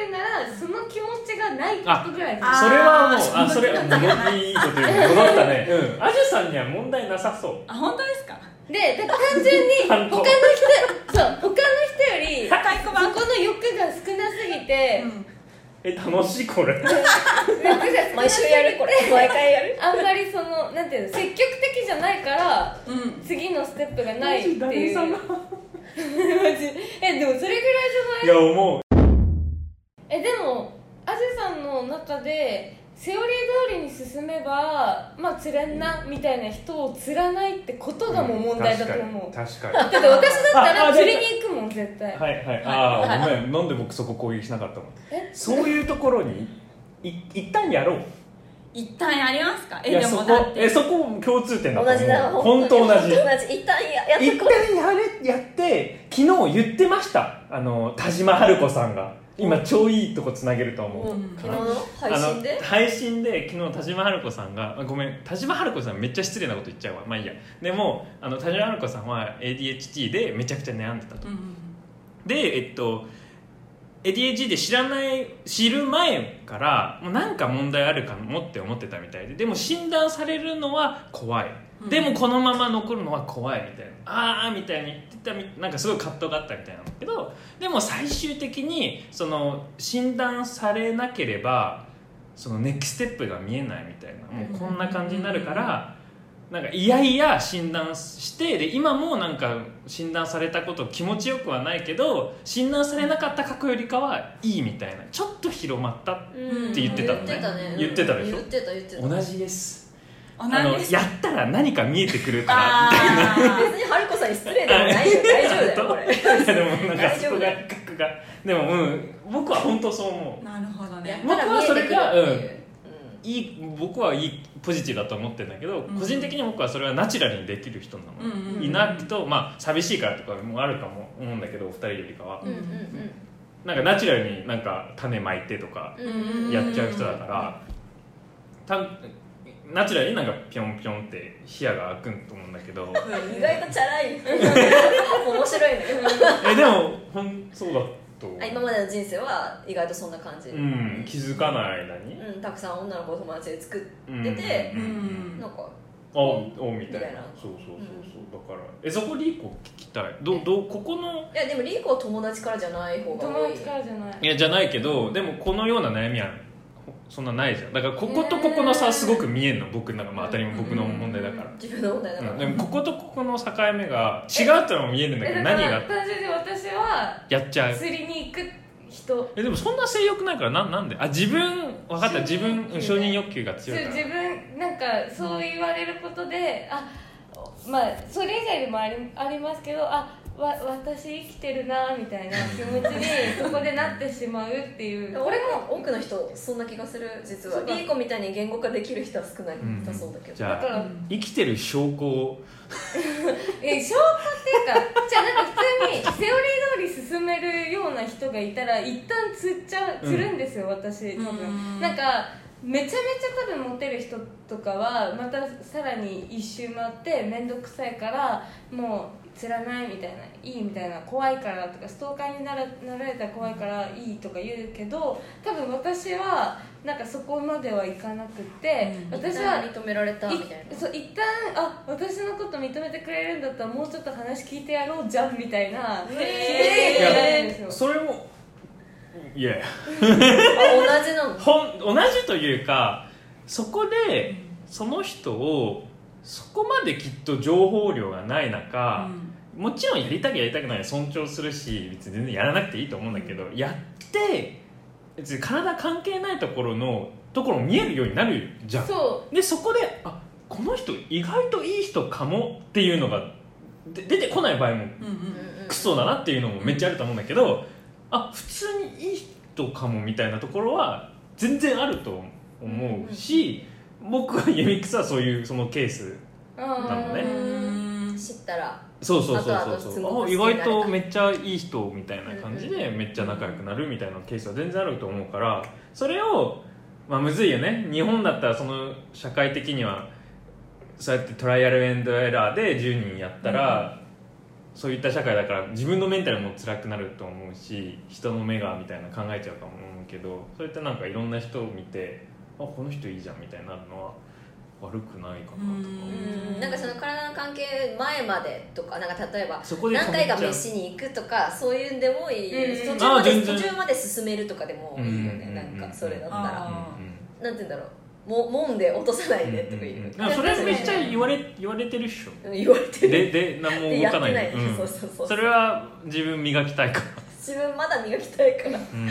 Speaker 2: 言うならその気持ちがないことぐらい
Speaker 6: あ
Speaker 3: それはもう
Speaker 6: あー
Speaker 3: あそれはもういいこと言う戻ったね、うん、アジュさんには問題なさそう
Speaker 6: あ本当ですか
Speaker 2: でだ単純に
Speaker 3: 反
Speaker 2: 他
Speaker 3: 抗
Speaker 2: の人そう他の人より
Speaker 6: 太鼓判
Speaker 2: そこの欲が少なすぎて
Speaker 6: う、ん
Speaker 3: え楽しいこれ
Speaker 2: 欲が少なすぎて
Speaker 1: 毎週やるこれ毎回やる
Speaker 2: あんまりそのなんていうの積極的じゃないから
Speaker 6: うん
Speaker 2: 次のステップがないって
Speaker 3: マジ
Speaker 2: い
Speaker 3: 誰
Speaker 2: う
Speaker 3: 様
Speaker 2: えでもそれぐらい
Speaker 3: い
Speaker 2: じゃない
Speaker 3: や思う
Speaker 2: えでもアジさんの中でセオリー通りに進めばまあ釣れんなみたいな人を釣らないってことがもう問題だと思う、だ
Speaker 3: 確かに確か
Speaker 2: って私だった
Speaker 3: ああ
Speaker 2: ら釣りに行くもん絶対
Speaker 3: にはいはいああごめんなんで僕そこ攻撃しなかったの
Speaker 2: え
Speaker 3: そういうところにい一旦やろう
Speaker 6: 一旦やりますか
Speaker 3: い
Speaker 6: え
Speaker 3: や
Speaker 6: で
Speaker 3: そ
Speaker 6: も
Speaker 3: こ
Speaker 6: だって
Speaker 3: えそこ共通点だと思う
Speaker 1: 同じだ
Speaker 3: 本当同じ
Speaker 1: 本当同じ一旦ややっ
Speaker 3: 一
Speaker 1: とこ
Speaker 3: 旦やれやって昨日言ってましたあの田島春子さんが今超いいとこつなげると思う、
Speaker 1: う、うん
Speaker 6: ん
Speaker 1: 昨日の配信
Speaker 3: あ
Speaker 1: で
Speaker 3: の配信で昨日田島春子さんがあごめん田島春子さんめっちゃ失礼なこと言っちゃうわまあいいやでもあの田島春子さんは ADHD でめちゃくちゃ悩んでたと、
Speaker 6: うんうん
Speaker 3: でえっと ADHD で知らない知る前からもうなんか問題あるかもって思ってたみたいででも診断されるのは怖い
Speaker 6: うん
Speaker 3: でもこのまま残るのは怖いみたいなああみたいに言ってたみなんかすごい葛藤があったみたいなんだけどでも最終的にその診断されなければそのネクステップが見えないみたいなもうこんな感じになるから、なんかいやいや診断してで今もなんか診断されたこと気持ちよくはないけど診断されなかった過去よりかはいいみたいなちょっと広まった
Speaker 6: ん
Speaker 3: って言ってたのね
Speaker 1: 言ってたね
Speaker 3: 言ってたでしょ
Speaker 1: 言ってた言ってた
Speaker 3: 同じです
Speaker 6: 同
Speaker 3: あの
Speaker 6: じです
Speaker 3: やったら何か見えてくるから
Speaker 6: あ
Speaker 1: 別に春子さんに失礼でもないよ大丈夫だよこれ
Speaker 3: いやでもなんか
Speaker 1: 大
Speaker 3: そ
Speaker 1: 丈夫
Speaker 3: こが
Speaker 1: だよ
Speaker 3: 格がでもうん僕は本当そう思
Speaker 6: ーなるほどね
Speaker 3: 僕はそれが
Speaker 1: やったら見えてくるっていう
Speaker 3: ういい僕はいいポジティブだと思ってるんだけど、
Speaker 6: うん
Speaker 3: 個人的に僕はそれはナチュラルにできる人なの、
Speaker 6: うんうんうん
Speaker 3: いなくとまあ寂しいからとかもあるかも思うんだけどお二人よりかは
Speaker 6: うん
Speaker 1: うんうん
Speaker 3: なんかナチュラルになんか種まいてとか
Speaker 1: うんうん
Speaker 3: やっちゃう人だから、たナチュラルになんかピョンピョンって視野が開くと思うんだ けど
Speaker 1: 意外とチャラい面白いね
Speaker 3: えでもほんそうだと
Speaker 1: あ今までの人生は意外とそんな感じ、
Speaker 3: うん気づかない間に
Speaker 1: うんたくさん女の子を友達で作っ
Speaker 3: うん
Speaker 1: 出て
Speaker 3: うん
Speaker 6: うん
Speaker 1: なんか
Speaker 3: あおみたい
Speaker 1: みたい
Speaker 3: な
Speaker 1: な
Speaker 3: そうそうそうそうだからえそこリーコ聞きたいどどうここの
Speaker 1: いやでもリーコは友達からじゃない方が多
Speaker 2: 友
Speaker 1: い
Speaker 2: 達からじゃない
Speaker 3: いやじゃないけどでもこのような悩みはそんなないじゃんだからこことここの差すごく見えんの僕なんかまあ当たり前僕の問題だから
Speaker 1: 自分の問題だか
Speaker 3: うん
Speaker 1: ら、
Speaker 3: でもこことここの境目が違うってのも見えるんだけど
Speaker 2: えだ
Speaker 3: 何
Speaker 2: から
Speaker 3: が
Speaker 2: 単純に私は
Speaker 3: やっちゃう
Speaker 2: 釣りに行く人
Speaker 3: えでもそんな性欲ないからなんなんであ自分分かった自
Speaker 2: 承認
Speaker 3: 分
Speaker 2: 欲求ね
Speaker 3: うん承認欲求が
Speaker 2: そう
Speaker 3: 強いから
Speaker 2: 自分なんかそう言われることであまあそれ以外でもありありますけどあわ私生きてるなみたいな気持ちにそこでなってしまうっていう
Speaker 1: 俺も多くの人そんな気がする実は
Speaker 2: そう
Speaker 1: リ
Speaker 2: か
Speaker 1: ーコみたいに言語化できる人は少ない
Speaker 3: うん
Speaker 1: だそうだけど、
Speaker 3: じ
Speaker 2: だ
Speaker 3: ゃ
Speaker 2: か
Speaker 3: あ
Speaker 2: ら
Speaker 3: 生きてる証拠を
Speaker 2: え消化っていうかじゃあなんか普通にセオリー通り進めるような人がいたら一旦釣っちゃう釣るんですよ、私多
Speaker 6: う
Speaker 2: 分
Speaker 6: ん
Speaker 2: なんかめちゃめちゃ多分モテる人とかはまたさらに一周回って面倒くさいからもう釣らないみたいないいみたいな怖いからとかストーカーにならなられたら怖いからいいとか言うけど多分私はなんかそこまではいかなくて、
Speaker 6: うん
Speaker 2: 私は
Speaker 1: 認められたみたい
Speaker 2: いそう一旦あ私のこと認めてくれるんだったらもうちょっと話聞いてやろうじゃんみたいな気持ちになるんですよ
Speaker 3: それもいやいや
Speaker 1: なあ同じなの
Speaker 3: ほん同じというかそこでその人をそこまできっと情報量がない中、もちろんやりたきゃやりたくない尊重するし別に全然やらなくていいと思うんだけど、やって別に体関係ないところのところ見えるようになるじゃん
Speaker 2: そ
Speaker 3: でそこであこの人意外といい人かもっていうのがで出てこない場合も
Speaker 6: うんうん
Speaker 3: クソだなっていうのもめっちゃあると思うんだけどあ普通にいい人かもみたいなところは全然あると思うし、僕はユミックスはそういうそのケース
Speaker 2: うな
Speaker 3: なのね
Speaker 6: うん
Speaker 1: 知ったら
Speaker 3: そうそうそう
Speaker 1: 後々
Speaker 3: そう
Speaker 1: す
Speaker 3: そう
Speaker 1: ご
Speaker 3: あ
Speaker 1: く
Speaker 3: 意
Speaker 1: 好きになれ
Speaker 3: 外
Speaker 1: た
Speaker 3: とめっちゃいい人みたいな感じでめっちゃ仲良くなるみたいなケースは全然あると思うからそれをまあむずいよね日本だったらその社会的にはそうやってトライアルエンドエラーで10人やったら、そういった社会だから自分のメンタルも辛くなると思うし人の目がみたいな考えちゃうかも思うけどそういったなんかいろんな人を見てあこの人いいじゃんみたいになるのは悪くないかなとか思う
Speaker 1: うんなんかその体の関係前までとかなんか例えば
Speaker 3: そこで
Speaker 1: 何回か
Speaker 3: 止めちゃう
Speaker 1: 飯に行くとかそういうんでもいい、
Speaker 2: う
Speaker 1: 途
Speaker 2: ん
Speaker 1: 中ま
Speaker 3: あ
Speaker 1: で
Speaker 3: 全然
Speaker 1: 途中まで進めるとかでもいいよね、
Speaker 3: うん
Speaker 1: なんかそれだったら、
Speaker 6: あ
Speaker 3: うんうん
Speaker 1: なんて言うんだろうももんで落とさないでとか言う、
Speaker 3: うんうんうんそれめっちゃ言われ言われてるっしょ
Speaker 1: 言われてる
Speaker 3: でで何も
Speaker 1: で
Speaker 3: 動
Speaker 1: やっ
Speaker 3: か
Speaker 1: て
Speaker 3: な
Speaker 1: ないい、
Speaker 3: でうん
Speaker 1: そうそうそう
Speaker 3: それは自分磨きたいか
Speaker 1: 自分まだ磨きたいから
Speaker 3: ら、うん、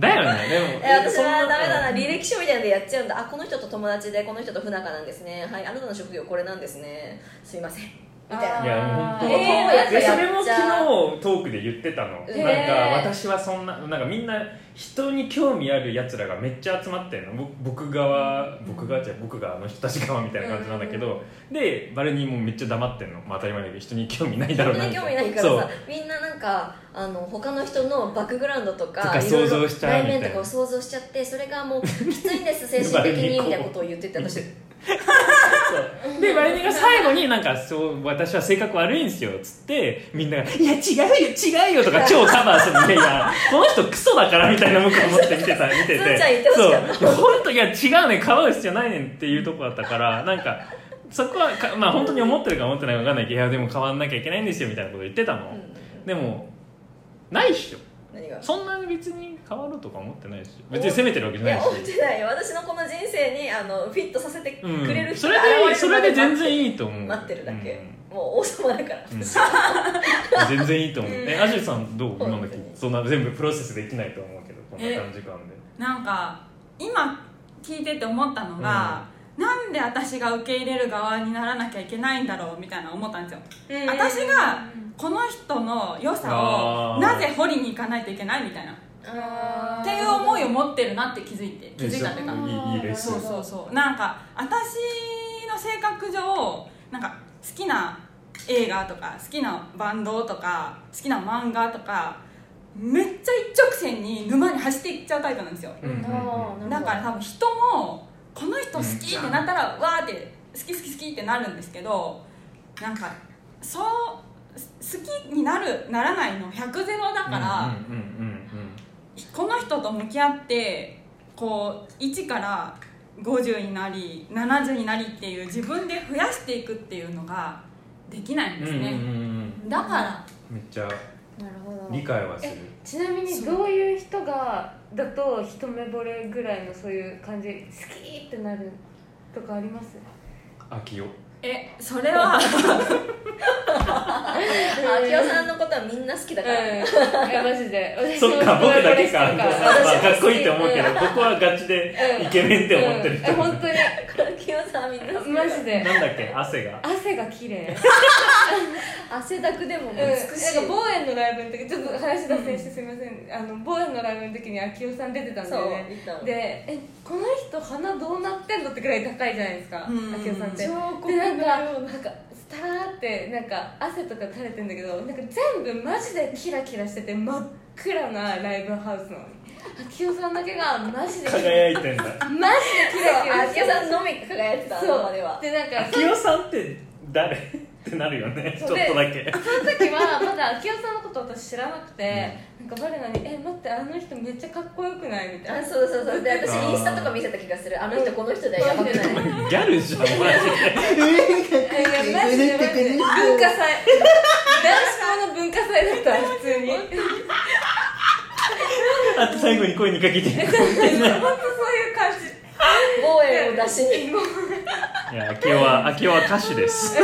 Speaker 3: だよねでも
Speaker 1: え私はダメだな
Speaker 3: そん
Speaker 1: 履歴書みたいなのでやっちゃうんだあこの人と友達でこの人と不仲なんですねはいあなたの職業これなんですねすいませんみたい
Speaker 2: あ
Speaker 1: ない
Speaker 3: やもう本当、
Speaker 2: えー
Speaker 1: やっぱ
Speaker 3: でそ
Speaker 1: やっ
Speaker 3: れも
Speaker 1: ちゃう
Speaker 3: 昨日トークで言ってたの、
Speaker 1: えー
Speaker 3: なんか私はそんななんかみんな人に興味あるやつらがめっちゃ集まってるの僕僕側僕側じゃ僕があの人たち側みたいな感じなんだけど、でバルニーもめっちゃ黙ってんの、まあ、当たり前だけど人に興味ないだろうな
Speaker 1: 本当
Speaker 3: み
Speaker 1: に興
Speaker 3: たい
Speaker 1: 味ないから
Speaker 3: そう
Speaker 1: さみんななんかあの他の人のバックグラウンドとか
Speaker 3: とか
Speaker 1: いろいろ
Speaker 3: 想像しちゃうみたいな
Speaker 1: 内面とかを想像しちゃってそれがもうきついんです精神的にみたいなことを言ってて私
Speaker 3: そうでバレニが最後になんかそう私は性格悪いんですよっつってみんなが「いや違うよ違うよ」とか超カバーするのいやいやこの人クソだからみたいな僕は思って見てた見てて
Speaker 1: ずーちゃん言ってほ
Speaker 3: そ
Speaker 1: し
Speaker 3: う
Speaker 1: か
Speaker 3: いや
Speaker 1: った
Speaker 3: 本当いや違うねカバーしじゃないねんっていうとこだったからなんかそこはかまあ本当に思ってるか思ってないか分かんないけどいやでも変わんなきゃいけないんですよみたいなこと言ってたの、でもないっしょ
Speaker 1: 何が
Speaker 3: そんなに別に変わろうとか思ってないっしょ別に責めてるわけじ
Speaker 1: い
Speaker 3: ゃな
Speaker 1: や
Speaker 3: いし
Speaker 1: 思ってないよ私のこの人生にあのフィットさせてく
Speaker 3: うん
Speaker 1: れる人
Speaker 3: そ
Speaker 1: が
Speaker 3: れ
Speaker 1: 現れるま
Speaker 3: でそれで全然いいと思う
Speaker 1: 待ってるだけ
Speaker 3: うん、
Speaker 1: もう王様だから、
Speaker 3: うん全然いいと思う、えアジュさんどう今の時そんな全部プロセスできないと思うけどこんな短時間で
Speaker 6: なんか今聞いてて思ったのが、なんで私が受け入れる側にならなきゃいけないんだろうみたいな思ったんですよ
Speaker 2: うん
Speaker 6: 私がこの人の良さ
Speaker 3: あー
Speaker 6: をなぜ掘りに行かないといけないみたいなっ
Speaker 2: あー
Speaker 6: ていう思いを持ってるなって気づいて気づいたっていうか
Speaker 3: いいいいレッス
Speaker 6: そう
Speaker 3: ン
Speaker 6: そうそうなんか私の性格上なんか好きな映画とか好きなバンドとか好きな漫画とかめっちゃ一直線に沼に走っていっちゃうタイプなんですよ、
Speaker 3: うんうんうん
Speaker 1: うん
Speaker 6: だから多分人もこの人好きってなったらわーって好き好き好きってなるんですけどなんかそうす好きになるならないの100ゼロだから、
Speaker 3: うんうんうん
Speaker 6: この人と向き合ってこう1から50になり70になりっていう自分で増やしていくっていうのができないん
Speaker 3: うん
Speaker 6: です
Speaker 3: うんうんうん
Speaker 6: ね、
Speaker 3: うん
Speaker 6: だから
Speaker 3: めっちゃ
Speaker 2: なるほ
Speaker 3: 理解はする
Speaker 2: ちなみにどういう人がだと一目惚れぐらいのそういう感じ好きってなるとかあります
Speaker 3: 秋代
Speaker 6: えそれは
Speaker 1: あきおさんのことはみんな好きだ
Speaker 2: うん
Speaker 1: から、
Speaker 2: いやマジで私も
Speaker 3: そっか僕だけか
Speaker 2: 一目惚れしてる
Speaker 3: まあ
Speaker 2: ら
Speaker 3: かっこいいって思うけど僕はガチで
Speaker 2: うん
Speaker 3: イケメンって思ってる
Speaker 2: うん
Speaker 3: 人
Speaker 2: え
Speaker 3: な
Speaker 2: 本
Speaker 3: んだ
Speaker 2: 当
Speaker 1: あきおさんはみんな好き
Speaker 2: に
Speaker 1: だか
Speaker 2: マ
Speaker 1: ら
Speaker 2: ジで
Speaker 3: っけ汗が
Speaker 2: 汗が綺麗
Speaker 1: 汗だくでも
Speaker 2: うん、
Speaker 1: 美しい、
Speaker 2: なんかボーエンのライブの時ちょっと話脱線してすみません、あのボーエンのライブの時に秋代さん出てたんだ
Speaker 1: そう
Speaker 2: よね
Speaker 1: 見たの
Speaker 2: でえこの人鼻どうなってんのってぐらい高いじゃないですか
Speaker 6: うん
Speaker 2: 秋代さんって
Speaker 1: 彫刻
Speaker 2: でなんか
Speaker 1: のような
Speaker 2: なんかスターってなんか汗とか垂れてんだけどなんか全部マジでキラキラしてて真っ暗なライブハウスなのに秋代さんだけがマジでマジで
Speaker 3: 輝いてんだ
Speaker 2: キラキラ
Speaker 1: あ
Speaker 2: し
Speaker 1: き
Speaker 2: て
Speaker 1: おさんのみ輝いてたあの場では
Speaker 2: でなんか
Speaker 3: 秋代さんって誰ってなるよねちょっ
Speaker 2: そう
Speaker 3: と
Speaker 2: で
Speaker 3: だけ
Speaker 2: その時はまだ秋代さんのこと私知らなくて、なんかバレナに「え待ってあの人めっちゃかっこよくない?」みたい
Speaker 1: あ
Speaker 2: な
Speaker 1: そうそうそうで私
Speaker 3: あー
Speaker 1: インスタとか見せた気がするあの人この人だよやばくない
Speaker 3: ギャルじゃんマ
Speaker 2: 「
Speaker 3: ジ
Speaker 2: いやいやマジでマジで文化祭男子校の文化祭だった普通に本
Speaker 3: であと最後に声にかけていく
Speaker 2: 当そういう感じ
Speaker 1: 防衛を出しに
Speaker 3: いや秋代は秋代は歌手です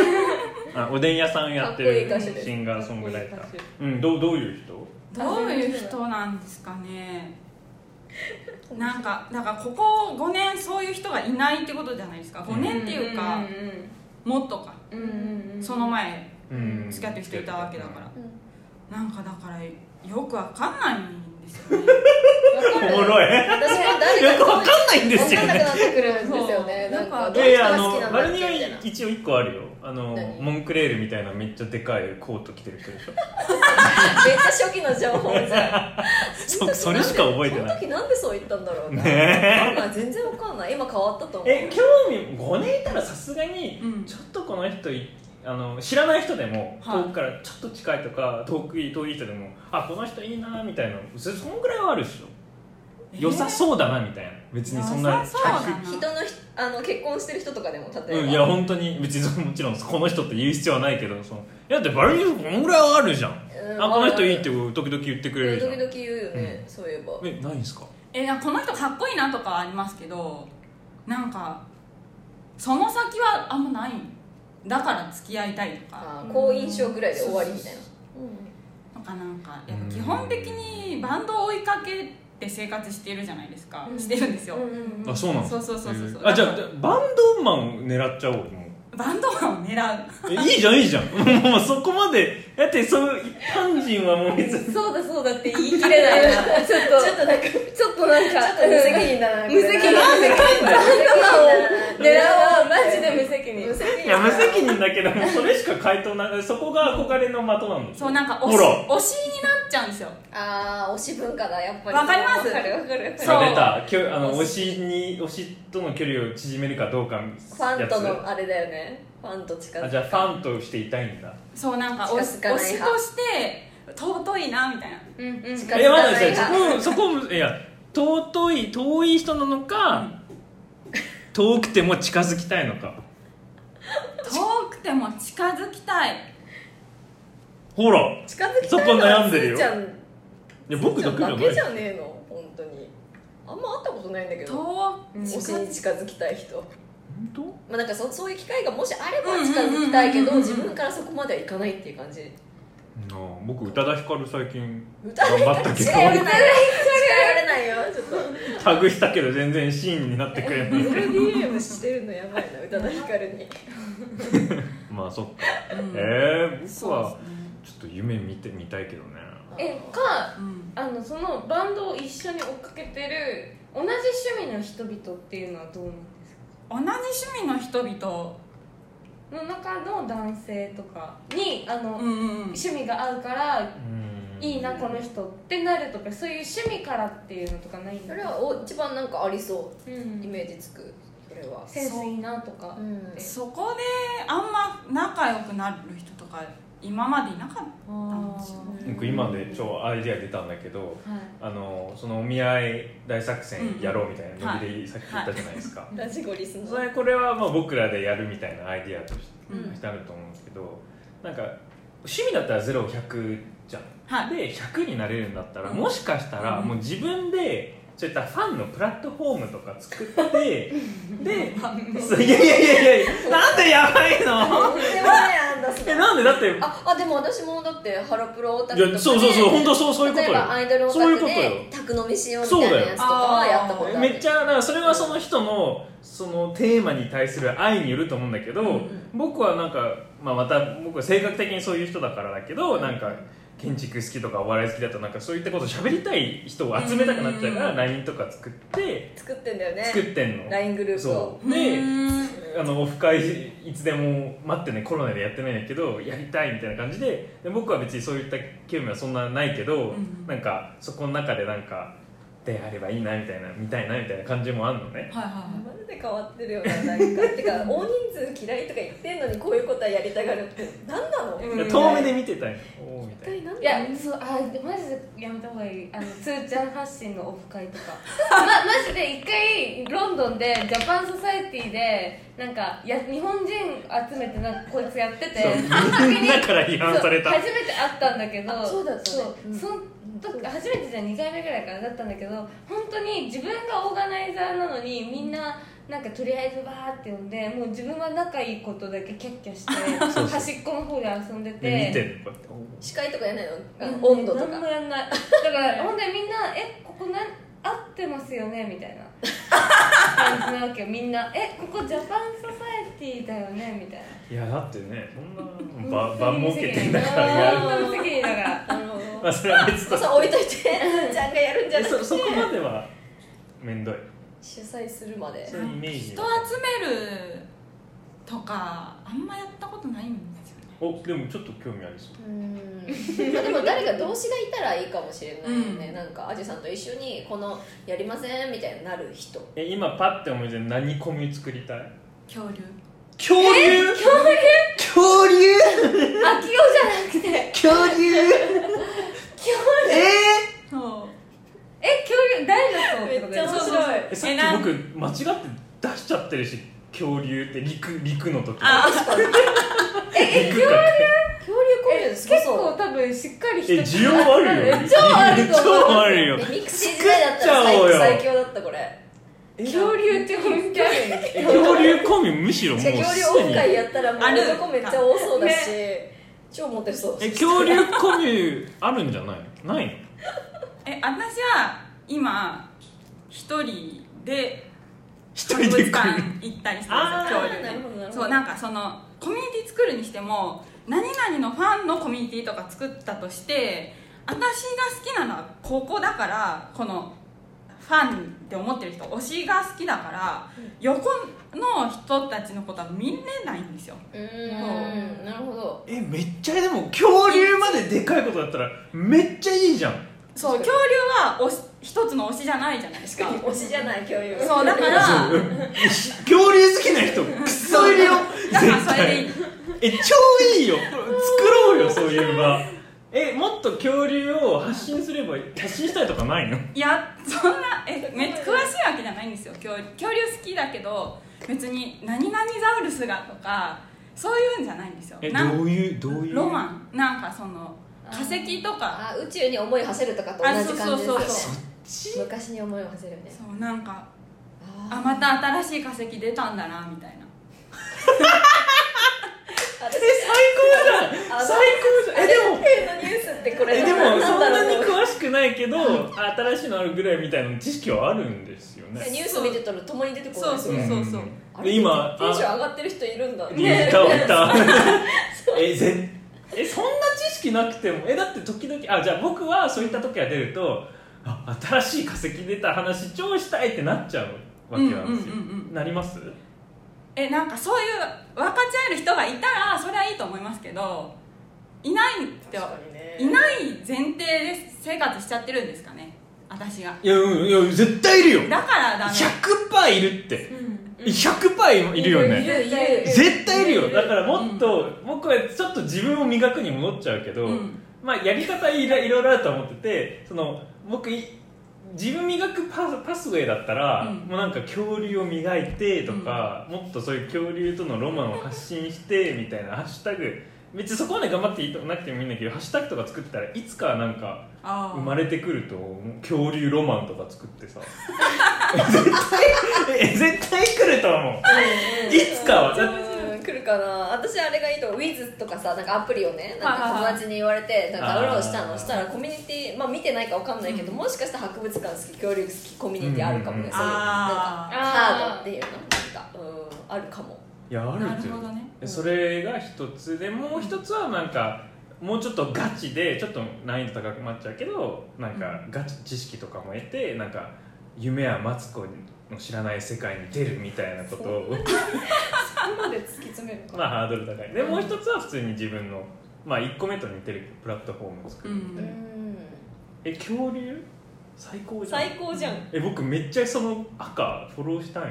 Speaker 3: あおでん屋さんやってる
Speaker 1: かっこいい歌手です
Speaker 3: シンガーソングライターうんどうどういう人
Speaker 6: どういう人なんですかねなんかだからここ5年そういう人がいないってことじゃないですか5年っていうか、もっとか
Speaker 2: うんうんうん
Speaker 6: その前
Speaker 3: うん
Speaker 6: 付き合ってる人いたわけだから、
Speaker 1: う
Speaker 6: なんかだからよくわかんないんですよね
Speaker 3: おもろいよ
Speaker 1: 私も誰か
Speaker 3: くわかんないんですよ
Speaker 1: 分かんなく
Speaker 3: ね
Speaker 1: なってくるんですよね
Speaker 6: そう
Speaker 1: なんか
Speaker 6: なん
Speaker 3: いやいやあのバ
Speaker 1: ど
Speaker 3: ル
Speaker 1: う
Speaker 3: ニ
Speaker 1: し
Speaker 3: ー
Speaker 1: たら好きなんだっけ
Speaker 3: は
Speaker 1: みたいな
Speaker 3: 一応一個あるよあの
Speaker 1: 何
Speaker 3: モンクレールみたいなめっちゃでかいコート着てる人でしょ
Speaker 1: めっちゃ初期の情報じゃん
Speaker 3: そそれしか覚えて
Speaker 1: そ
Speaker 3: な
Speaker 1: の
Speaker 3: い
Speaker 1: 時なんでそう言ったんだろうな、
Speaker 3: ね
Speaker 1: まあ全然わかんない今変わったと思う
Speaker 3: え興味5年いたらさすがに
Speaker 6: うん
Speaker 3: ちょっとこの人いあの知らない人でも
Speaker 6: はい
Speaker 3: 遠くからちょっと近いとか遠くい遠い人でもあこの人いいなみたいなそそんぐらいはあるでしょ 良さそうだなみたいな別にそんな
Speaker 6: 良さそうだな
Speaker 1: 人のひあの結婚してる人とかでも例えば、
Speaker 3: うん、いや本当に別にそのもちろんこの人って言う必要はないけどそのいやだってバルニーこんぐらいはあるじゃん、
Speaker 1: うん
Speaker 3: あこの人いい
Speaker 1: ある
Speaker 3: って時々言ってく
Speaker 1: あ
Speaker 3: れ
Speaker 1: る
Speaker 3: るじゃん
Speaker 1: 時々言うよね、そういえば
Speaker 3: えないんすか
Speaker 6: えなんかこの人かっこいいなとかはありますけどなんかその先はあんまないだから付き合いたいとか
Speaker 1: あー好印象ぐらいで終わりみたいな、
Speaker 6: とかなんかやっぱ基本的にバンドを追いかけて生活してるじゃないですか、してるんですよ、
Speaker 3: あそうなん
Speaker 6: そうそうそうそうそう
Speaker 3: あじゃあバンドマンを狙っちゃおうもう
Speaker 6: バンドマンを狙う
Speaker 3: えいいじゃんいいじゃんもうそこまでだってその一般人はもう別に
Speaker 2: そうだそうだって言い切れないなちょっと
Speaker 1: ちょっとなんか
Speaker 2: ちょっとなんか
Speaker 1: 無責任だな
Speaker 2: うん無責任無責任バンドマンを狙うはマジで無責任
Speaker 1: 無責任
Speaker 3: いや無責任だけどもうそれしか回答ないそこが憧れの的なんです
Speaker 6: そうなんか推
Speaker 3: ほ
Speaker 6: し
Speaker 3: ら
Speaker 6: 推しになっちゃうんですよ
Speaker 1: ああ推し文化だやっぱり
Speaker 6: わかります
Speaker 1: わかるわかる
Speaker 6: そう
Speaker 3: あ出たきょあの推しに推しとの距離を縮めるかどうか
Speaker 1: ファンと
Speaker 3: や
Speaker 1: のあれだよねファンと近づ
Speaker 3: つあ
Speaker 1: く
Speaker 3: じゃあファンとしていたいんだ
Speaker 6: そうなんか
Speaker 1: 近
Speaker 6: 推
Speaker 1: づ
Speaker 6: し
Speaker 1: か
Speaker 6: 推
Speaker 1: ない
Speaker 6: し
Speaker 1: 派
Speaker 6: として尊いなみたいな
Speaker 2: うんうん
Speaker 1: 近づ
Speaker 3: えま
Speaker 1: か
Speaker 3: だ
Speaker 1: ない
Speaker 3: です
Speaker 1: が
Speaker 3: よそこもそこもいや尊い遠い人なのか、遠くても近づきたいのか
Speaker 6: 遠くても近づきたい
Speaker 3: ほら
Speaker 1: 近づき
Speaker 3: そ
Speaker 1: た
Speaker 3: こ
Speaker 1: いのは
Speaker 3: 悩んでるよ
Speaker 1: スーちゃん
Speaker 3: いや僕だけじゃ
Speaker 1: だ
Speaker 3: ない
Speaker 1: けじゃねえの本当にあんま会ったことないんだけど
Speaker 6: 遠
Speaker 2: うん
Speaker 1: 推しに近づきたい人
Speaker 3: 本
Speaker 1: まあなんかそそういう機会がもしあれば近づきたいけど自分からそこまではいかないっていう感じ
Speaker 3: 当なあ僕宇多田ヒカル最近
Speaker 1: 歌
Speaker 3: 頑張ったけ
Speaker 1: 近寄れ
Speaker 3: ど
Speaker 1: ない近寄れないよ ちょっと
Speaker 3: タグしたけど全然シーンになってくれない
Speaker 1: LDM してるのやばいな宇多田ヒカルに
Speaker 3: まあそっか
Speaker 6: く、うん
Speaker 3: えー、僕
Speaker 6: そう
Speaker 3: は
Speaker 6: ですね
Speaker 3: ちょっと夢見てみたいけどね
Speaker 2: えか
Speaker 6: うん
Speaker 2: あのそのバンドを一緒に追っかけてる同じ趣味の人々っていうのはどうなんですか
Speaker 6: 同じ趣味の人々
Speaker 2: の中の男性とかにあの、
Speaker 6: うんうんうん
Speaker 2: 趣味が合うから
Speaker 3: うん
Speaker 2: いいなこの人ってなるとかそういう趣味からっていうのとかないん
Speaker 1: そ
Speaker 2: だ
Speaker 1: れはお一番なんかありそううイ
Speaker 2: ん
Speaker 1: メージつくそれは
Speaker 2: センスいいなとか
Speaker 1: うん
Speaker 6: そこであんま仲良くなる人とか今までいなかったんですよね
Speaker 3: 僕今で超アイディア出たんだけどあのそのお見合い大作戦やろうみたいなノリでさっき言ったじゃないですか、
Speaker 1: ラジゴリスの
Speaker 3: それこれはまあ僕らでやるみたいなアイディアとして
Speaker 6: うん
Speaker 3: あると思うんですけどなんか趣味だったら0100じゃん、
Speaker 6: はい
Speaker 3: で100になれるんだったら、
Speaker 6: うん
Speaker 3: もしかしたら
Speaker 6: うん
Speaker 3: もう自分でそういったファンのプラットフォームとか作 ってでそういやいやいやいやなんでやばいの
Speaker 1: でもねアンダース
Speaker 3: えなんでだって
Speaker 1: ああでも私もだってハロプロオタクとか
Speaker 3: い
Speaker 1: で
Speaker 3: やそうそうそう本当そうそういうこと
Speaker 1: 例え
Speaker 3: よ
Speaker 1: ばアイドルオタ
Speaker 3: そういう
Speaker 1: ク
Speaker 3: ことよ
Speaker 1: で宅飲みしようみたいなやつとかはやったことある
Speaker 3: めっちゃだからそれはその人のそのテーマに対する愛によると思うんだけど、僕はなんか、まあ、また僕は性格的にそういう人だからだけど、なんか建築好きとかお笑い好きだとなんかそういったことを喋りたい人を集めたくなっちゃうから LINE とか作って
Speaker 1: 作ってんだよね
Speaker 3: 作ってんの、
Speaker 1: LINE グループを
Speaker 3: そうで
Speaker 6: うん
Speaker 3: あのオフ会いつでも待ってねコロナでやってないんだけどやりたいみたいな感じでで僕は別にそういった興味はそんなないけど、
Speaker 6: うん
Speaker 3: なんかそこの中でなんかであればいいなみたいな見たいなみたいな感じもあるのね
Speaker 6: はいは
Speaker 1: マジで変わってるよななんか てか大人数嫌いとか言ってんのにこういうことはやりたがるって何なの、
Speaker 6: うん
Speaker 3: 遠目で見てたよおーみたい
Speaker 1: 一体何
Speaker 2: い
Speaker 1: な
Speaker 2: や
Speaker 1: の
Speaker 2: そうあでマジでやめた方がいいあのつーちゃん発信のオフ会と かまマジで一回ロンドンでジャパンソサエティでなんかや日本人集めてなんかこいつやってて
Speaker 3: そうみんなから批判された
Speaker 2: そう初めて会ったんだけど
Speaker 1: あそうだったね
Speaker 2: そう
Speaker 1: うん
Speaker 2: その時初めてじゃ2回目ぐらいからだったんだけど本当に自分がオーガナイザーなのにみんななんかとりあえずバーって呼んでもう自分は仲いいことだけキャッキャして
Speaker 3: そう
Speaker 2: 端っこの方で遊んでて
Speaker 3: で見てるこうやって
Speaker 1: 司会とかやんないの、
Speaker 2: うん
Speaker 1: 温度と
Speaker 2: 何
Speaker 1: か
Speaker 2: もやんないだからほんでみんな「えここな合ってますよね」みたいな感じなわけよみんな「えここジャパンソサエティだよね」みたいない
Speaker 3: やだってねそんな
Speaker 2: 本
Speaker 3: ば
Speaker 2: 当
Speaker 3: 場
Speaker 2: に
Speaker 3: 儲けてんだからやる
Speaker 2: 本当に無責任だ から
Speaker 1: なるほど
Speaker 3: まあそれは別
Speaker 1: ま
Speaker 3: と
Speaker 1: あそれ置いといてちゃんがやるんじゃ
Speaker 3: え
Speaker 1: なく
Speaker 3: そ
Speaker 1: て
Speaker 3: そこまではめんどい
Speaker 1: 主催するまで
Speaker 3: そういうイメー
Speaker 6: い
Speaker 3: ジ
Speaker 6: 人
Speaker 3: は
Speaker 6: 集めるとかあんまやったことないんですよね
Speaker 3: おでもちょっと興味ありそう
Speaker 1: うんまあでも誰か同志がいたらいいかもしれないよね、
Speaker 6: うん
Speaker 1: なんかアジさんと一緒にこのやりませんみたいになる人
Speaker 3: え今パッて思いついた何コミュ作りたい
Speaker 6: 恐竜
Speaker 3: 恐竜恐竜
Speaker 2: 秋代じゃなくて
Speaker 3: 恐竜恐竜え
Speaker 6: そう
Speaker 2: え恐竜大の子ってことです
Speaker 6: 面白い
Speaker 3: ー、えさっき僕間違って出しちゃってるし恐竜って陸陸の時
Speaker 6: あ
Speaker 3: 陸か
Speaker 1: 恐竜コミュニ
Speaker 2: 結構多分しっかり
Speaker 3: え
Speaker 2: 人
Speaker 3: 需要あるよ
Speaker 2: 超あ ると思う
Speaker 3: 超あるよ
Speaker 1: ミクシー時代だったら
Speaker 3: 作っちゃお
Speaker 1: 最
Speaker 3: うよ
Speaker 1: 最強だったこれ
Speaker 2: 恐竜って 本気あるよね
Speaker 3: え恐竜コミュむしろもうす
Speaker 1: 恐
Speaker 3: でに
Speaker 1: 竜オフ会やったらも
Speaker 6: ある
Speaker 1: う男めっちゃ多そうだし、超モテそう
Speaker 3: え恐竜コミュあるんじゃないのないの
Speaker 6: え私は今一人で
Speaker 3: 一
Speaker 6: 博
Speaker 3: 人で来
Speaker 6: 物
Speaker 3: る
Speaker 6: 館行ったりしてま
Speaker 3: あ
Speaker 6: す
Speaker 3: ー
Speaker 6: 恐竜
Speaker 1: なるほどなるほ
Speaker 6: で
Speaker 1: ど
Speaker 6: そうなんかそのコミュニティ作るにしても何々のファンのコミュニティとか作ったとして私が好きなのはここだからこのファンって思ってる人推しが好きだから横の人たちのことは見れないんですよ
Speaker 1: うーんなるほど
Speaker 3: えめっちゃでも恐竜まででかいことだったらめっちゃいいじゃん
Speaker 6: そう
Speaker 1: 確
Speaker 6: 恐竜は推し一つの推しじゃないじゃないですか
Speaker 1: 推しじゃない恐竜
Speaker 6: そうだから
Speaker 3: そう恐竜好きな人クソいるよ
Speaker 6: だからそれでいい
Speaker 3: え超いいよ作ろうよそういう場えもっと恐竜を発信すれば発信したいとかないの
Speaker 6: いやそんなえめっちゃ詳しいわけじゃないんですよ恐竜恐竜好きだけど別に何々ザウルスがとかそういうんじゃないんですよ
Speaker 3: え
Speaker 6: なん
Speaker 3: どういうどういう
Speaker 6: ロマンなんかその化石とか
Speaker 1: あ宇宙に思いを馳せるとかと同
Speaker 6: あ
Speaker 1: じ
Speaker 6: そう
Speaker 1: 感
Speaker 6: そう
Speaker 1: じ
Speaker 6: そう
Speaker 1: です
Speaker 6: そう
Speaker 1: よ昔に思いを馳せるね
Speaker 6: そうなんかあ
Speaker 1: あ
Speaker 6: また新しい化石出たんだなみたいな
Speaker 1: 私
Speaker 3: え最高じゃん
Speaker 1: あの
Speaker 3: 最高じゃんえでも
Speaker 1: 例のニュースってこれ
Speaker 3: えでもそんなに
Speaker 1: こ
Speaker 3: 詳しくないけど新しいのあるぐらいみたいな知識はあるんですよね
Speaker 1: ニュース見てたら共に出てこない
Speaker 6: そうそうそう
Speaker 1: あれ
Speaker 3: で今
Speaker 1: テンション
Speaker 3: あ
Speaker 1: 上がってる人いるんだ
Speaker 3: いやいたいたえぜえそんな知識なくてもえだって時々あじゃあ僕はそういった時は出るとあ新しい化石出た話超したいってなっちゃうわけなんですよ、
Speaker 6: うんうんうんう
Speaker 3: なります
Speaker 6: えなんかそういう分かち合える人がいたらそれはいいと思いますけどいないって
Speaker 1: 確かにね
Speaker 6: いない前提で生活しちゃってるんですかね私が
Speaker 3: いやうんいや絶対いるよ
Speaker 6: だからダメ
Speaker 3: 100%いるって100%いるよね
Speaker 2: るいる
Speaker 3: 絶対いるよだからもっと、もうこれちょっと自分を磨くに戻っちゃうけど、
Speaker 6: うん
Speaker 3: まあやり方いろいろあると思っててその僕い自分磨くパスパスウェイだったら、
Speaker 6: うん
Speaker 3: もうなんか恐竜を磨いてとか、もっとそういう恐竜とのロマンを発信してみたいなハッシュタグ別にそこまで頑張っていいとなくてもいいんだけどハッシュタグとか作ってたらいつかなんか
Speaker 6: あ
Speaker 3: 生
Speaker 6: ー
Speaker 3: まれてくると恐竜ロマンとか作ってさ絶対え絶対来ると思ういつかはだって
Speaker 1: うん来るかな私あれがいいと思う Wiz とかさなんかアプリをねなんか友達に言われてなんかダウンロードした
Speaker 3: あー
Speaker 1: のしたらコミュニティまあ見てないかわかんないけど、もしかしたら博物館好き恐竜好きコミュニティあるかもね、
Speaker 3: うん
Speaker 1: そういうなんか
Speaker 6: あ
Speaker 1: ハードっていうのなんかうんあるかも
Speaker 3: いやあ
Speaker 6: ー
Speaker 3: る
Speaker 6: な
Speaker 3: って
Speaker 6: るほどね
Speaker 3: それが一つでもう一つはなんかもうちょっとガチでちょっと難易度高くなっちゃうけどなんかガチ知識とかも得てなんか夢はマツコの知らない世界に出るみたいなことを
Speaker 1: そこまで突き詰める
Speaker 3: まあハードル高いでもう一つは普通に自分のまあ1個目と似てるプラットフォームを作
Speaker 6: う
Speaker 3: る、
Speaker 6: ん
Speaker 3: え恐竜最高じゃん
Speaker 1: 最高じゃん
Speaker 3: え僕めっちゃその赤フォローしたいの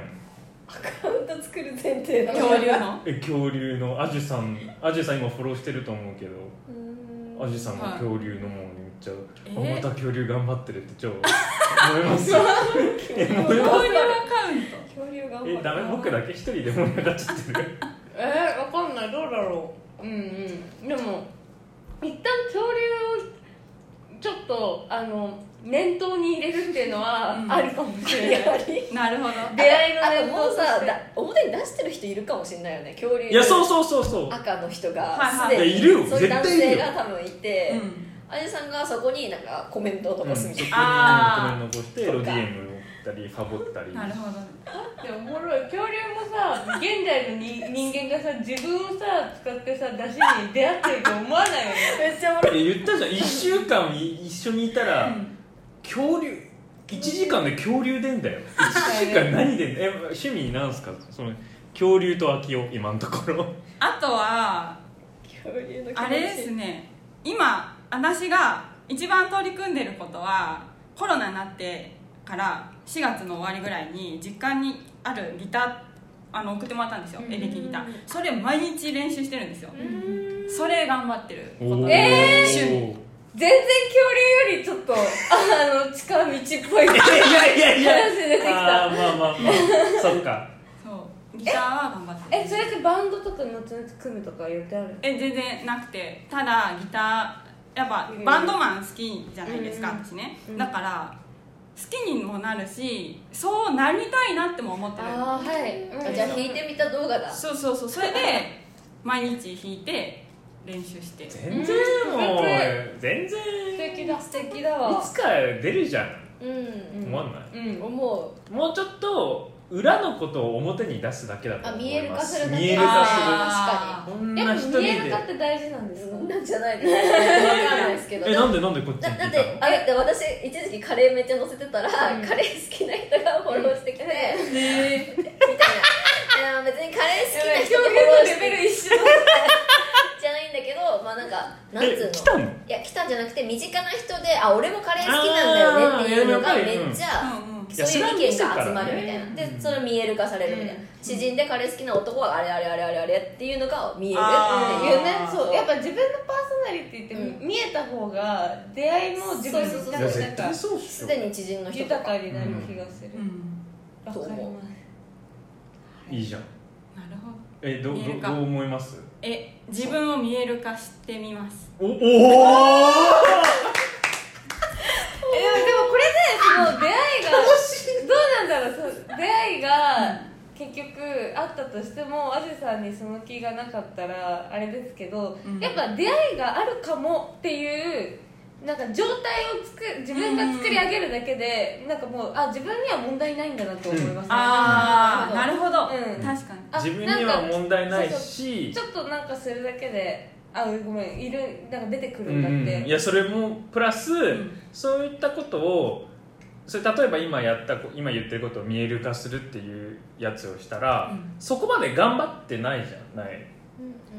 Speaker 1: カウント作る前提の
Speaker 6: 恐竜の
Speaker 3: え恐竜のアジュさんアジュさん今フォローしてると思うけど
Speaker 1: うん
Speaker 3: アジュさんが恐竜のものにめっちゃ、
Speaker 6: え
Speaker 3: あ
Speaker 6: ー
Speaker 3: また恐竜頑張ってるって超思いますよえ思い
Speaker 6: 恐竜
Speaker 3: ます
Speaker 6: カウント
Speaker 1: 恐竜が
Speaker 3: えダメ僕だけ一人で盛り上がっちゃってる
Speaker 2: えー、わかんないどうだろううんうんでも一旦恐竜をちょっとあの念頭に入れるっていうのは
Speaker 6: うん
Speaker 2: あるかもしれな
Speaker 1: や
Speaker 2: い、
Speaker 1: り
Speaker 6: なるほど
Speaker 2: 出会いの
Speaker 1: あと
Speaker 2: 念頭
Speaker 1: も
Speaker 2: と
Speaker 1: う
Speaker 2: して
Speaker 1: さだ表に出してる人いるかもしれないよね恐竜
Speaker 3: いやそうそうそうそう
Speaker 1: 赤の人が
Speaker 6: はいは
Speaker 1: す
Speaker 6: い
Speaker 1: でに
Speaker 3: いやいるよ
Speaker 1: そういう男
Speaker 3: 絶対い
Speaker 1: 性
Speaker 3: るよ
Speaker 1: が多分いて
Speaker 6: うん
Speaker 1: あじさんがそこになんかコメントと
Speaker 3: うん
Speaker 1: かすみたいな、
Speaker 6: あー
Speaker 3: コメント残してエロ DM を打ったりファボったり
Speaker 6: なるほど
Speaker 2: でもおもろい恐竜もさ現代のに人間がさ自分をさ使ってさ出汁に出会ってると思わないよね
Speaker 1: めっちゃおもろい
Speaker 3: え言ったじゃん1週間い一緒にいたら、
Speaker 6: うん
Speaker 3: 恐竜1時間で恐竜でんだよ1時間何でんえ趣味なんすかその恐竜と秋夫今のところ
Speaker 6: あとは
Speaker 1: 恐竜の気持ち
Speaker 6: あれですね今私が一番取り組んでることはコロナになってから4月の終わりぐらいに実家にあるギターあの送ってもらったんですよエレキギターそれ毎日練習してるんですよそれ頑張ってること
Speaker 3: おー
Speaker 6: で
Speaker 2: え
Speaker 6: 趣味
Speaker 2: 全然恐竜よりちょっとあの近道っぽい
Speaker 3: いやいやいや
Speaker 2: 話出てきた
Speaker 3: あーまあまあまあそっか
Speaker 6: そうギターは頑張ってる
Speaker 2: えそれってバンドとか後々組むとか予定ある
Speaker 6: え全然なくてただギターやっぱ
Speaker 2: うん
Speaker 6: バンドマン好きじゃないですか、
Speaker 2: うん
Speaker 6: 私ね、
Speaker 2: うん
Speaker 6: だから好きにもなるしそうなりたいなっても思ってる
Speaker 2: ああはい、
Speaker 1: あじゃあ弾いてみた動画だ
Speaker 6: そうそうそうそれで毎日弾いて練習して
Speaker 3: 全然もう全
Speaker 2: 素
Speaker 3: 然い
Speaker 2: 敵だ素敵だわ
Speaker 3: つか出るじゃん
Speaker 1: うん、うん、
Speaker 3: 思わない、
Speaker 2: うん
Speaker 1: 思
Speaker 3: もうちょっと裏のことを表に出すだけだと
Speaker 1: あ
Speaker 3: 思
Speaker 1: 見
Speaker 3: い
Speaker 1: える
Speaker 3: ま
Speaker 1: 化
Speaker 3: す
Speaker 1: するだけ
Speaker 3: 見える化する
Speaker 6: あー
Speaker 3: こん
Speaker 2: で
Speaker 3: な
Speaker 2: も
Speaker 3: 人に
Speaker 2: 見
Speaker 3: で
Speaker 2: える化って大事なんですか
Speaker 1: うなんじゃないですか分かんないですけど
Speaker 3: えなんでなんでこっち
Speaker 1: だ
Speaker 3: に
Speaker 1: だ
Speaker 3: 来
Speaker 1: ってあれだ私一時期カレーめっちゃ載せてたら、
Speaker 2: うん
Speaker 1: カレー好きな人がフォローしてきて、みたいないや別にカレー好きな人がフォローして
Speaker 2: レベル一緒
Speaker 1: じゃないんだけどまあなんかな
Speaker 3: た
Speaker 1: ん
Speaker 3: の
Speaker 1: つうの
Speaker 3: え来たの
Speaker 1: いや来たんじゃなくて身近な人であ俺もカレー好きなんだよねっていうのが
Speaker 3: あー
Speaker 1: めっちゃ、
Speaker 6: うんうん
Speaker 1: そういう意見が集まるみ
Speaker 3: い
Speaker 1: た
Speaker 3: や
Speaker 1: い
Speaker 3: それは見えるから
Speaker 1: な
Speaker 3: ね
Speaker 1: でそれを見える化されるみたいな、
Speaker 2: うん
Speaker 1: 知人でカレー好きな男はあれあれあれあれあれっていうのが見えるっ
Speaker 6: あー
Speaker 1: て
Speaker 2: い
Speaker 1: いううね
Speaker 2: ねそうやっぱ自分のパーソナリティって見えた方が出会いも自分
Speaker 1: そうそうそう
Speaker 2: に
Speaker 3: い
Speaker 2: な
Speaker 3: や
Speaker 2: んか
Speaker 3: 絶対そうっし
Speaker 1: す
Speaker 3: ょ
Speaker 1: でに知人の人と
Speaker 2: 豊か
Speaker 1: か
Speaker 2: になる気がする
Speaker 6: うん
Speaker 2: わか
Speaker 1: と
Speaker 2: り
Speaker 1: 思う
Speaker 2: ます
Speaker 3: いいじゃん
Speaker 6: なるほど
Speaker 3: えどうど
Speaker 6: 見える
Speaker 3: う
Speaker 6: か
Speaker 3: どう思います
Speaker 6: え自分を見える化してみます
Speaker 3: おおー
Speaker 2: えでもこれでその出会いがどうなんだろうそう出会いが結局あったとしてもあじさんにその気がなかったらあれですけど、
Speaker 6: うん
Speaker 2: やっぱ出会いがあるかもっていうなんか状態を作自分が作り上げるだけで、なんかもうあ自分には問題ないんだなと思いますね、
Speaker 6: ああなるほど、
Speaker 2: うん
Speaker 6: 確かに
Speaker 2: あ
Speaker 3: 自分には問題ないし
Speaker 2: ちょっとなんかするだけであごめんいるなんか出てくる
Speaker 3: うん
Speaker 2: だって、
Speaker 3: んいやそれもプラス、
Speaker 6: ん
Speaker 3: そういったことをそれ例えば今やったこ今言ってることを見える化するっていうやつをしたら、
Speaker 6: うん
Speaker 3: そこまで頑張ってないじゃない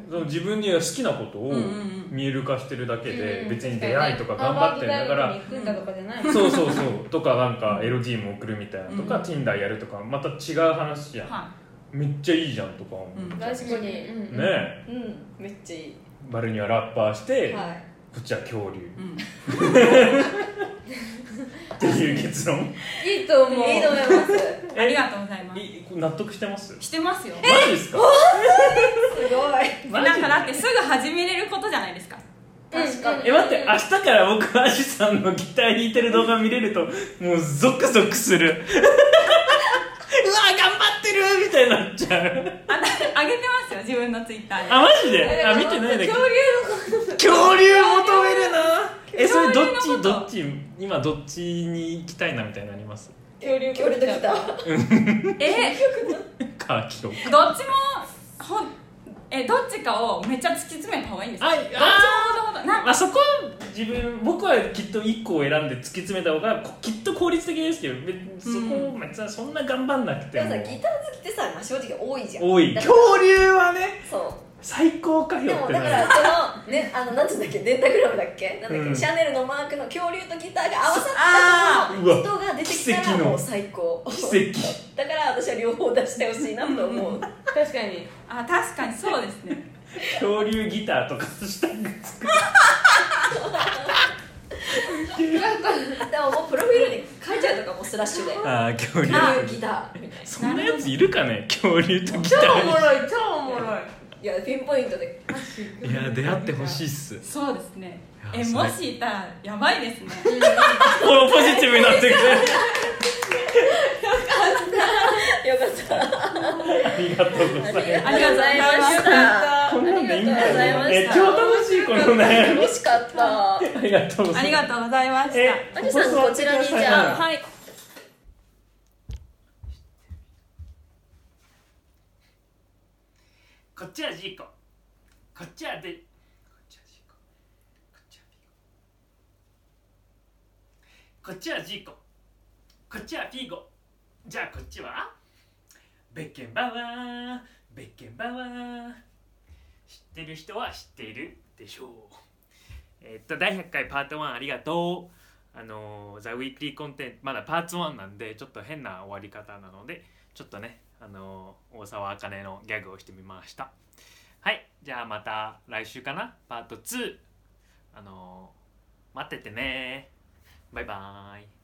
Speaker 3: その自分で好きなことを
Speaker 6: うんうんうん
Speaker 3: 見える化してるだけで、
Speaker 2: うん
Speaker 3: 別に出会いとか頑張ってるんだか
Speaker 2: ハー
Speaker 3: ら
Speaker 2: バード大学に行くんだとかじゃないもん
Speaker 3: そうそうそう とかなんか LG も送るみたいなとか、
Speaker 6: うん
Speaker 3: Tinder やるとかまた違う話やん、
Speaker 6: は
Speaker 3: めっちゃいいじゃんとか思う、
Speaker 6: うん
Speaker 3: ね
Speaker 2: 確かにうんうん
Speaker 3: え
Speaker 1: うんめっちゃいい
Speaker 3: バルニはラッパーして、
Speaker 1: はい
Speaker 3: こっちは恐竜
Speaker 6: い、うん、
Speaker 3: っていう結論
Speaker 2: いいと思う
Speaker 1: いいと思います
Speaker 6: ありがとうございます
Speaker 3: い納得してます
Speaker 6: してますよ
Speaker 3: マジですか
Speaker 1: すごい
Speaker 3: マジ
Speaker 6: なんかだってすぐ始めれることじゃないですか
Speaker 2: 確かに
Speaker 3: え待って明日から僕アシさんのギター弾いてる動画見れるともうゾクゾクす るうわ頑張ってるみたいになっちゃう
Speaker 6: ああげてますよ自分のツイッターで
Speaker 3: あマジであ見てないんだけど
Speaker 2: 恐竜
Speaker 3: 恐竜求めるなえそれどっ
Speaker 6: 恐
Speaker 3: ち
Speaker 6: 竜のこと
Speaker 3: どっち今どっちに行きたいなみたいなのあります
Speaker 2: 恐竜
Speaker 1: 恐竜と来た
Speaker 6: え
Speaker 3: かきょう
Speaker 6: どっちもほんえどっちかをめっちゃ突き詰めた方がいいんですか
Speaker 3: ああ
Speaker 6: ほどほどな
Speaker 3: まあそこは自分僕はきっと1個を選んで突き詰めた方がこきっと効率的ですけど別にそこを別にそんな頑張んなくて
Speaker 1: でも
Speaker 3: も
Speaker 1: さギター好きってさ、まあ、正直多いじゃん
Speaker 3: 多い
Speaker 1: だか
Speaker 3: 恐竜はね
Speaker 1: らそう
Speaker 3: 最高か
Speaker 1: で
Speaker 3: よっ
Speaker 1: も
Speaker 3: て
Speaker 1: だか
Speaker 3: なる
Speaker 1: らそのねあのなんつうんだっけデンタグラムだっけなんだっけ、
Speaker 3: うん
Speaker 1: シャネルのマークの恐竜とギターが合わさ
Speaker 6: あ
Speaker 1: った
Speaker 3: ー
Speaker 1: と
Speaker 3: う
Speaker 1: こ
Speaker 3: わ
Speaker 1: の人が出てきた
Speaker 3: 奇
Speaker 1: ら
Speaker 3: 跡の
Speaker 1: もう最高
Speaker 3: 奇跡
Speaker 1: だから私は両方出してほしいなと思う
Speaker 2: 確かに
Speaker 6: あ確かにそうですね
Speaker 3: 恐竜ギターとかしたく
Speaker 1: でももうプロフィールに書いちゃうとかもうスラッシュで
Speaker 3: ああ恐竜
Speaker 1: 恐竜ギターみたいな
Speaker 3: そんなやついるかね恐竜とギタ
Speaker 2: 超おもろい超おもろい
Speaker 1: いやピンポイントで
Speaker 3: ーいや出会ってほしいっす
Speaker 6: そうですね
Speaker 3: いや
Speaker 6: え
Speaker 3: そ
Speaker 6: も
Speaker 3: れ
Speaker 6: しいたらやばいですね
Speaker 3: こうポジティブになってくる
Speaker 1: よかった
Speaker 3: ありがとうございます。
Speaker 6: ありがとうございました
Speaker 3: こんなんでいいんだよ
Speaker 1: あ
Speaker 3: ね。
Speaker 1: り
Speaker 3: え
Speaker 1: がとう
Speaker 3: 超楽しいこの悩み。
Speaker 1: 楽しかった
Speaker 3: ありがとうござ
Speaker 6: あ
Speaker 3: い
Speaker 6: り
Speaker 3: ます。
Speaker 6: がとうございました
Speaker 3: え、
Speaker 1: アリさんこちらにじゃあ
Speaker 3: はい。
Speaker 6: い
Speaker 3: こっちはジーコ。こっちはで。こっちはジーコ。こっちはピーゴ。こっちはジーコ。こっちはピーゴ。じゃあこっちはベッケンバワー。ベッケンバワー。知ってる人は知っているでしょう。えっと第100回パート1ありがとう。あのーザ・ウィークリーコンテンツまだパーツ1なんでちょっと変な終わり方なのでちょっとねあのー大沢あかねのギャグをしてみましたはいじゃあまた来週かなパート2あのー待っててねバイバーイ